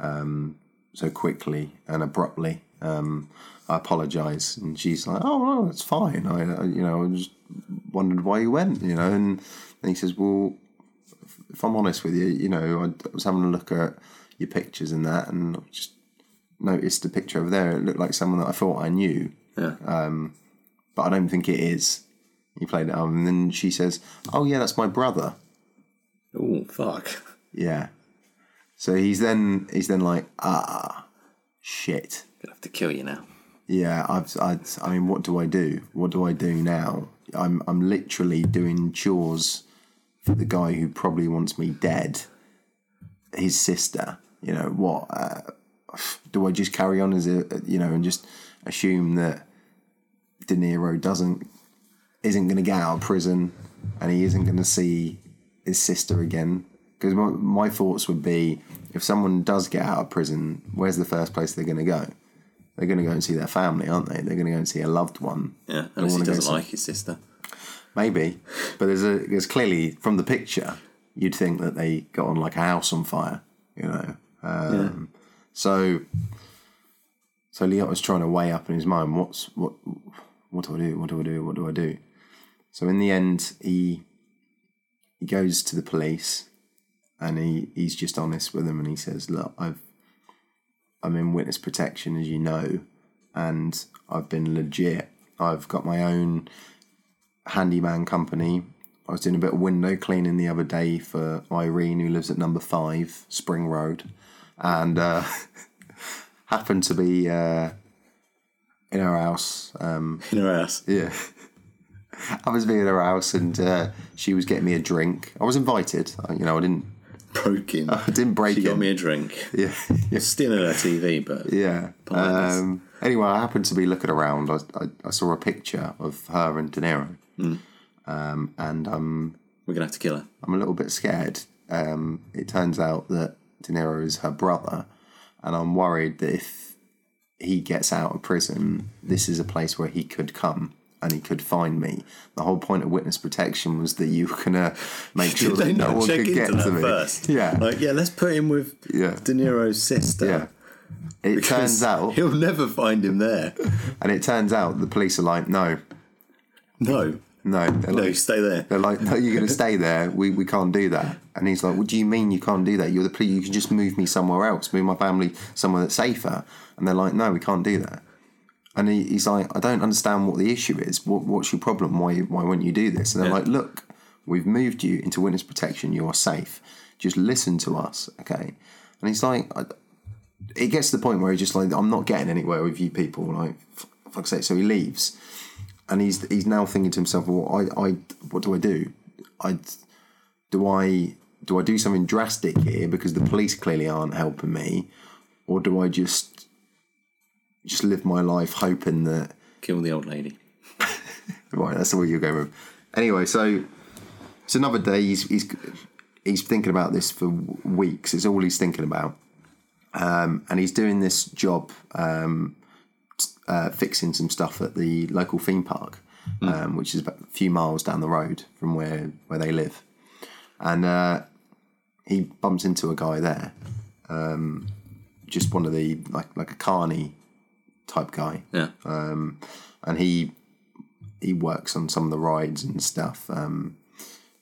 S1: um, so quickly and abruptly. Um, I apologize, and she's like, oh no, that's fine. I, I you know, I just wondered why you went, you know, and, and he says, well if I'm honest with you, you know, I was having a look at your pictures and that, and I just noticed the picture over there. It looked like someone that I thought I knew, Um,
S2: Yeah.
S1: but I don't think it is. He played it up, and then she says, "Oh yeah, that's my brother."
S2: Ooh. fuck.
S1: Yeah. So he's then he's then like, ah, shit.
S2: Gonna have to kill you now.
S1: Yeah, I've, I, I mean, what do I do? What do I do now? I'm, I'm literally doing chores for the guy who probably wants me dead. His sister, you know what? Uh, do I just carry on as a, you know, and just assume that De Niro doesn't, isn't going to get out of prison, and he isn't going to see his sister again? Because my, my thoughts would be, if someone does get out of prison, where's the first place they're going to go? They're going to go and see their family, aren't they? They're going to go and see a loved one.
S2: Yeah,
S1: They
S2: unless he
S1: wanna go
S2: doesn't
S1: see-
S2: like his sister.
S1: Maybe, but there's a there's clearly from the picture you'd think that they got on like a house on fire, you know. Um, So, so Leot was trying to weigh up in his mind what's what what do I do? What do I do? What do I do? So in the end, he he goes to the police, and he he's just honest with them, and he says, "Look, I've I'm in witness protection, as you know, and I've been legit. I've got my own." handyman company. I was doing a bit of window cleaning the other day for Irene, who lives at number five, Spring Road, and uh, happened to be uh, in her house. Um,
S2: In her ass.
S1: yeah. happened to be in her house, and uh, she was getting me a drink. I was invited. I, you know, I didn't.
S2: Broke in.
S1: I didn't break
S2: She got
S1: in.
S2: me a drink.
S1: Yeah.
S2: Stealing her TV, but
S1: Yeah.
S2: Politeness.
S1: Um, anyway, I happened to be looking around. I, I, I saw a picture of her and De Niro,
S2: Hmm.
S1: um, and um,
S2: we're gonna have to kill her.
S1: I'm a little bit scared. Um, it turns out that De Niro is her brother, and I'm worried that if he gets out of prison, this is a place where he could come and he could find me. The whole point of witness protection was that you were gonna make sure that
S2: They
S1: no
S2: not
S1: one
S2: check
S1: could
S2: into
S1: get
S2: that
S1: to me.
S2: first.
S1: Yeah,
S2: Like, yeah, let's put him with
S1: Yeah.
S2: De Niro's sister.
S1: yeah. It turns out,
S2: He'll never find him there.
S1: and it turns out the police are like, no,
S2: No.
S1: no, they're
S2: No,
S1: like,
S2: stay there.
S1: They're like, no, you're going to stay there. We, we can't do that. And he's like, what do you mean you can't do that? You're the police. You can just move me somewhere else, move my family somewhere that's safer. And they're like, no, we can't do that. And he, he's like, I don't understand what the issue is. What, what's your problem? Why why won't you do this? And they're
S2: Yeah.
S1: like, look, we've moved you into witness protection. You are safe. Just listen to us, okay? And he's like, I, it gets to the point where he's just like, I'm not getting anywhere with you people. Like, f- fuck's sake. So he leaves and he's he's now thinking to himself, well, I, I what do I do? I do I do I do something drastic here because the police clearly aren't helping me, or do I just just live my life hoping that
S2: Kill the old lady.
S1: right? That's the way you're going with. Anyway, so it's another day. He's he's he's thinking about this for w- weeks. It's all he's thinking about, um, and he's doing this job um, uh, fixing some stuff at the local theme park, um, which is about a few miles down the road from where, where they live. And uh, he bumps into a guy there, um, just one of the like like a carny type guy,
S2: Yeah.
S1: and he he works on some of the rides and stuff. Um,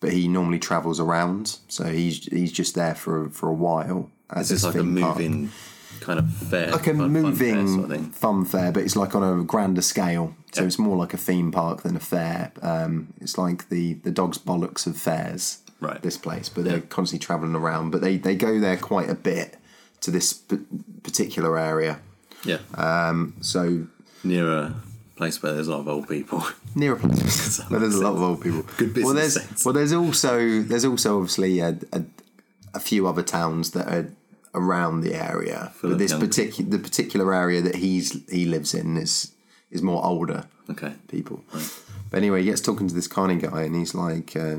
S1: but he normally travels around, so he's he's just there for for a while. at
S2: It's just like a
S1: theme park.
S2: moving kind of fair.
S1: like a
S2: fun- fun fair
S1: moving
S2: sort of thing.
S1: fun fair, but it's like on a grander scale. So it's more like a theme park than a fair. Um, it's like the the dog's bollocks of fairs.
S2: Right.
S1: This place, but they're constantly traveling around. But they they go there quite a bit to this p- particular area.
S2: Yeah.
S1: Uh, So
S2: Near a place where there's a lot of old people.
S1: near a place where there's Mm. a lot of old people.
S2: Good business
S1: well, there's
S2: sense.
S1: well, there's also there's also obviously a, a, a few other towns that are around the area,
S2: of
S1: but this
S2: young
S1: particular the particular area that he's he lives in is is more older
S2: Okay.
S1: people. But anyway, he gets talking to this carny guy, and he's like, uh,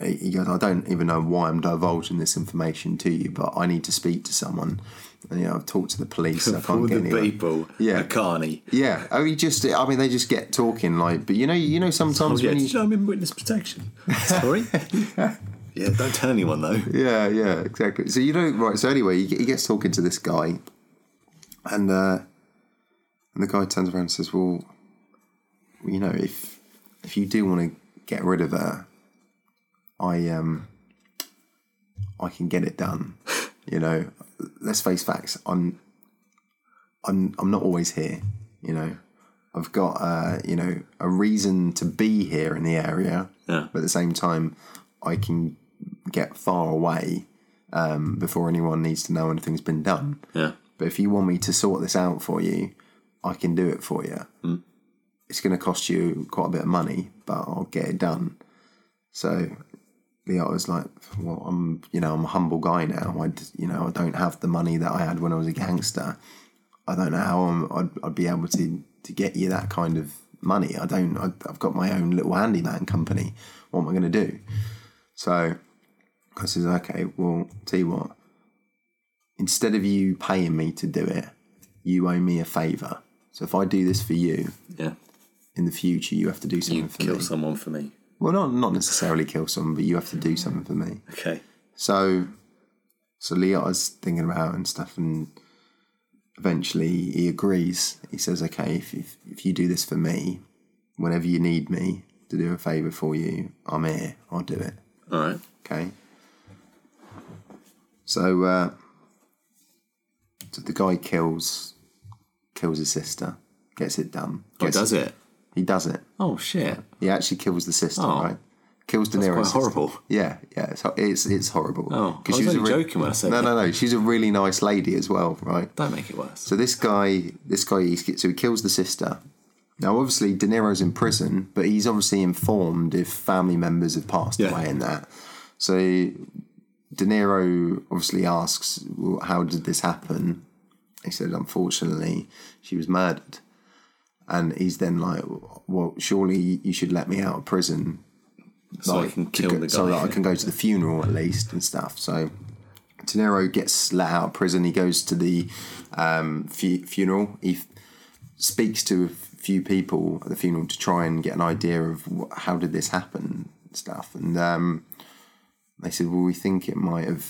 S1: he he goes, "I don't even know why I'm divulging this information to you, but I need to speak to someone. And, you know, I've talked to the police. I
S2: All
S1: can't get
S2: the
S1: anywhere."
S2: people.
S1: Yeah.
S2: A carny.
S1: Yeah, oh, he just, I mean, they just get talking like, but you know, you know, sometimes
S2: Oh, Yeah,
S1: when
S2: did
S1: you,
S2: you know I'm in witness protection? Sorry? yeah, don't tell anyone though.
S1: yeah, yeah, exactly. So you know, right? So anyway, he, he gets talking to this guy, and uh, and the guy turns around and says, "Well, you know, if if you do want to get rid of her, I um, I can get it done. You know, let's face facts. I'm I'm I'm not always here. You know." I've got, uh, you know, a reason to be here in the area,
S2: Yeah.
S1: but at the same time, I can get far away um, before anyone needs to know anything's been done.
S2: Yeah.
S1: But if you want me to sort this out for you, I can do it for you. It's going to cost you quite a bit of money, but I'll get it done. So yeah, I was like, well, I'm you know I'm a humble guy now. I d- you know I don't have the money that I had when I was a gangster. I don't know how I'm, I'd, I'd be able to to get you that kind of money. I don't. I, I've got my own little handyman company. What am I going to do? So I says, okay, well, tell you what. Instead of you paying me to do it, you owe me a favour. So if I do this for you
S2: Yeah.
S1: in the future, you have to do something
S2: You
S1: for
S2: kill
S1: me.
S2: someone for me.
S1: Well, not not necessarily kill someone, but you have to do something for me.
S2: Okay.
S1: So, so Leota's thinking about it and stuff, and eventually he agrees. He says, "Okay, if, if if you do this for me, whenever you need me to do a favor for you, I'm here. I'll do it."
S2: All right.
S1: Okay. So, uh, so the guy kills kills his sister, gets it done.
S2: Oh,
S1: Gets-
S2: does it?
S1: He does it.
S2: Oh shit.
S1: He actually kills the sister,
S2: Oh.
S1: right? Kills the
S2: That's
S1: nearest.
S2: quite horrible.
S1: Yeah, yeah, it's ho- it's, it's horrible.
S2: Oh, I
S1: 'Cause
S2: was
S1: a
S2: only
S1: re-
S2: joking when I said
S1: No,
S2: that.
S1: no, no. She's a really nice lady as well, right?
S2: Don't make it worse.
S1: So this guy, this guy, he, so he kills the sister. Now, obviously, De Niro's in prison, but he's obviously informed if family members have passed
S2: Yeah.
S1: away in that. So De Niro obviously asks, well, "How did this happen?" He said, "Unfortunately, she was murdered." And he's then like, "Well, surely you should let me out of prison
S2: So I
S1: like,
S2: can
S1: to
S2: kill
S1: go-
S2: the guy.
S1: so that I can go to the funeral at least and stuff. So De Niro gets let out of prison. He goes to the um, fu- funeral. He f- speaks to a few people at the funeral to try and get an idea of wh- how did this happen and stuff. And um, they said, "Well, we think it might have.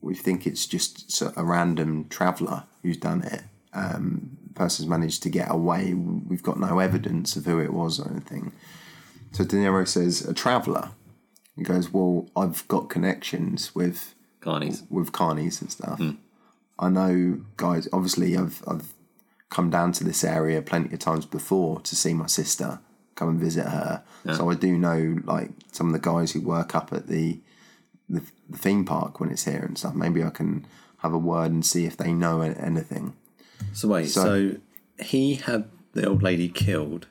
S1: We think it's just so- a random traveller who's done it." Um, person's managed to get away. We've got no evidence of who it was or anything. So De Niro says, a traveller. He goes, well, I've got connections with
S2: Carnies.
S1: with carnies and stuff. I know guys. Obviously, I've I've come down to this area plenty of times before to see my sister, come and visit her. So I do know like some of the guys who work up at the, the the theme park when it's here and stuff. Maybe I can have a word and see if they know an- anything.
S2: So wait, so, he had the old lady killed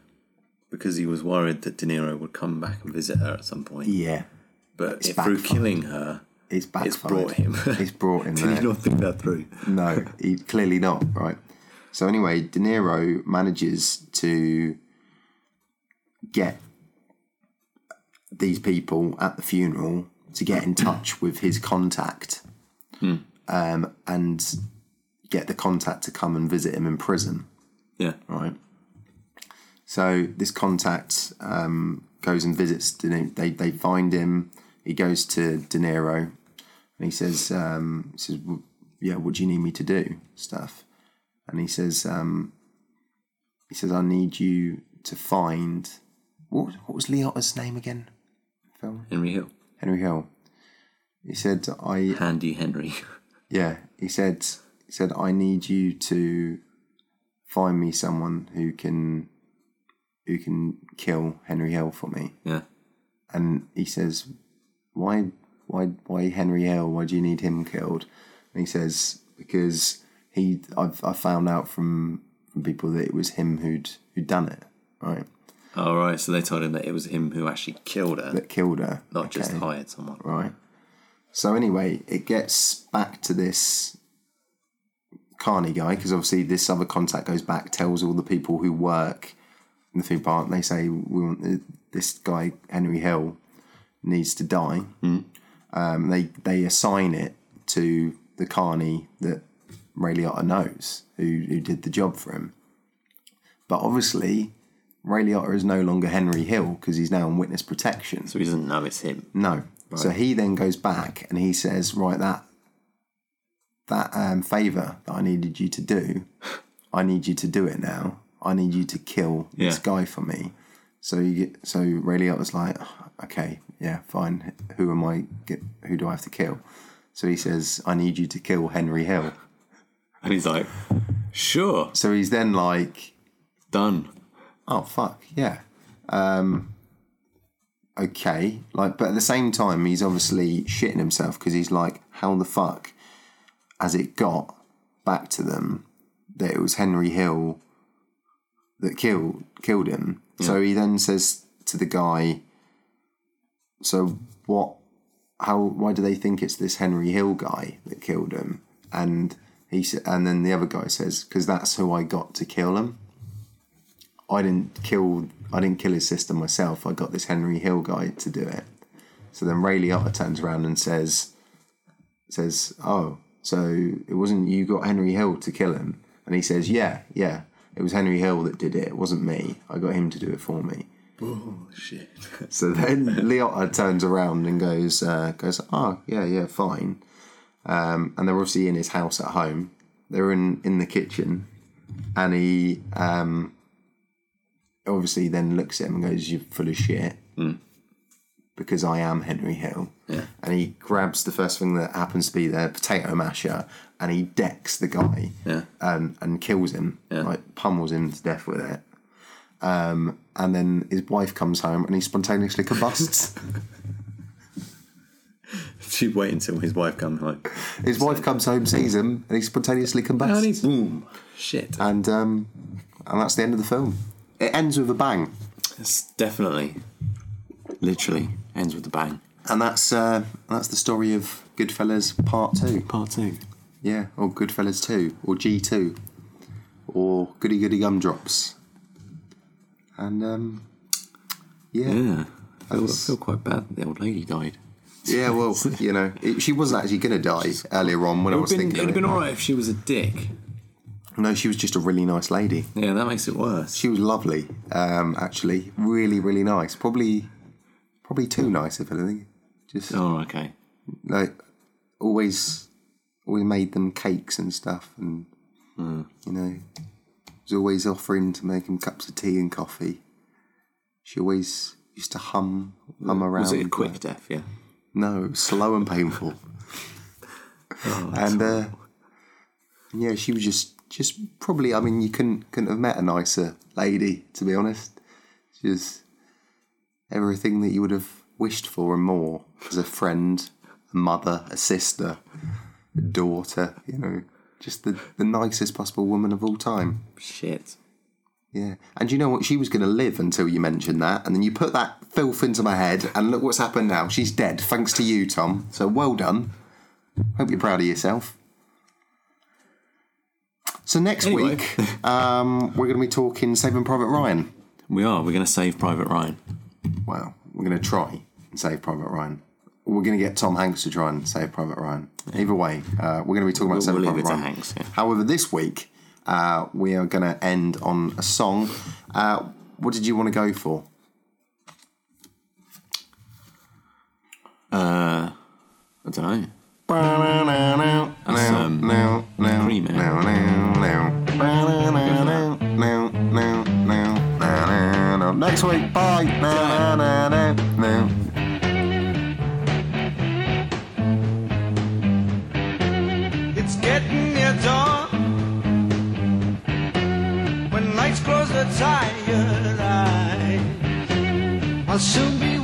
S2: because he was worried that De Niro would come back and visit her at some point.
S1: Yeah,
S2: but
S1: it's
S2: it, through
S1: backfired.
S2: killing her,
S1: it's backfired.
S2: brought him.
S1: it's brought him.
S2: did
S1: there.
S2: he not think that through?
S1: No, he, clearly not, right? So anyway, De Niro manages to get these people at the funeral to get in touch with his contact um, and get the contact to come and visit him in prison
S2: Yeah.
S1: right? So this contact um, goes and visits. De Niro. They they find him. He goes to De Niro, and he says, um, he "says "W- Yeah, what do you need me to do?" Stuff, and he says, um, "He says I need you to find what what was Leota's name again?" Phil
S2: Henry Hill.
S1: Henry Hill. He said, "I
S2: Handy Henry.
S1: yeah, he said he said I need you to find me someone who can who can kill Henry Hill for me.
S2: yeah.
S1: And he says, "Why why why Henry Hill? Why do you need him killed?" And he says, "Because he I've I found out from from people that it was him who'd who'd done it, right?
S2: All right. So they told him that it was him who actually killed her,
S1: That killed her.
S2: not just
S1: Okay.
S2: hired someone.
S1: right? So anyway, it gets back to this Carney guy because obviously this other contact goes back, tells all the people who work in the food park, and they say we want uh, this guy Henry Hill needs to die. Um, they they assign it to the Carney that Ray Liotta knows who who did the job for him, but obviously. Ray Liotta is no longer Henry Hill because he's now on witness protection.
S2: So he doesn't know it's him.
S1: No. So he then goes back and he says, "Right, that that um, favor that I needed you to do, I need you to do it now. I need you to kill this
S2: Yeah.
S1: guy for me." So you get, so Ray Liotta's like, "Oh, "Okay, yeah, fine. Who am I? Get, who do I have to kill?" So he says, "I need you to kill Henry Hill."
S2: And he's like, sure,
S1: So he's then like,
S2: done.
S1: "Oh fuck, yeah." Um, okay, like, but at the same time, he's obviously shitting himself because he's like, how the fuck has it got back to them that it was Henry Hill that killed killed him? So he then says to the guy, so what? How? Why do they think it's this Henry Hill guy that killed him? And he sa- and then the other guy says, because that's who I got to kill him. I didn't kill I didn't kill his sister myself. I got this Henry Hill guy to do it. So then Ray Liotta turns around and says says, Oh, so it wasn't you got Henry Hill to kill him? And he says, Yeah, yeah. It was Henry Hill that did it. It wasn't me. I got him to do it for me.
S2: Shit.
S1: So then Liotta turns around and goes, uh, goes, oh yeah, yeah, fine. Um, and they're obviously in his house at home. They're in in the kitchen, and he um, obviously then looks at him and goes, "You're full of shit," because I am Henry Hill.
S2: Hmm. Yeah.
S1: And he grabs the first thing that happens to be their potato masher, and he decks the guy,
S2: Yeah.
S1: and and kills him,
S2: Yeah.
S1: like pummels him to death with it Um, and then his wife comes home and he spontaneously combusts.
S2: She'd wait until his wife come home.
S1: his wife comes home, sees him, and he spontaneously
S2: Honey,
S1: combusts.
S2: boom. Shit.
S1: And um, and that's the end of the film. It ends with a bang,
S2: It's definitely, literally, ends with a bang.
S1: and that's uh, that's the story of Goodfellas Part Two.
S2: Part two.
S1: Yeah, or Goodfellas Two, or G Two, or Goody Goody Gumdrops. And um, yeah, yeah.
S2: Yeah. I feel, I
S1: That's-
S2: feel quite bad that the old lady died.
S1: well, you know, it, she wasn't actually going to die earlier on when I
S2: It
S1: was
S2: would have been,
S1: thinking.
S2: it'd
S1: it.
S2: been alright if she was a dick.
S1: No, she was just a really nice lady.
S2: Yeah, that makes it worse.
S1: She was lovely, um, actually. Really, really nice. Probably, probably too nice, if anything. Just
S2: Oh, okay.
S1: like always, always made them cakes and stuff, and
S2: Hmm.
S1: you know, was always offering to make them cups of tea and coffee. She always used to hum, hum around.
S2: Was it a quick death? Yeah.
S1: No, it was slow and painful. and uh, yeah, she was just just probably. I mean, you couldn't couldn't have met a nicer lady, to be honest. She was everything that you would have wished for and more as a friend, a mother, a sister, a daughter. You know, just the the nicest possible woman of all time.
S2: Shit.
S1: Yeah, and you know what? She was going to live until you mentioned that, and then you put that filth into my head, and look what's happened now. She's dead, thanks to you, Tom. So well done. Hope you're proud of yourself. So next
S2: Anyway.
S1: week, um, we're going to be talking Saving Private Ryan.
S2: We are. We're going to save Private Ryan.
S1: Well, we're going to try and save Private Ryan. We're going to get Tom Hanks to try and save Private Ryan. Either way, uh, we're going to be talking about
S2: We'll-
S1: Saving
S2: we'll
S1: Private
S2: leave it to
S1: Ryan.
S2: Hanks, yeah.
S1: However, this week uh, we are going to end on a song. Uh, what did you want to go for?
S2: Uh, I don't know. um, Cream, eh?
S1: Next week, bye.
S3: It's getting near dawn When lights close the tired eyes I'll soon be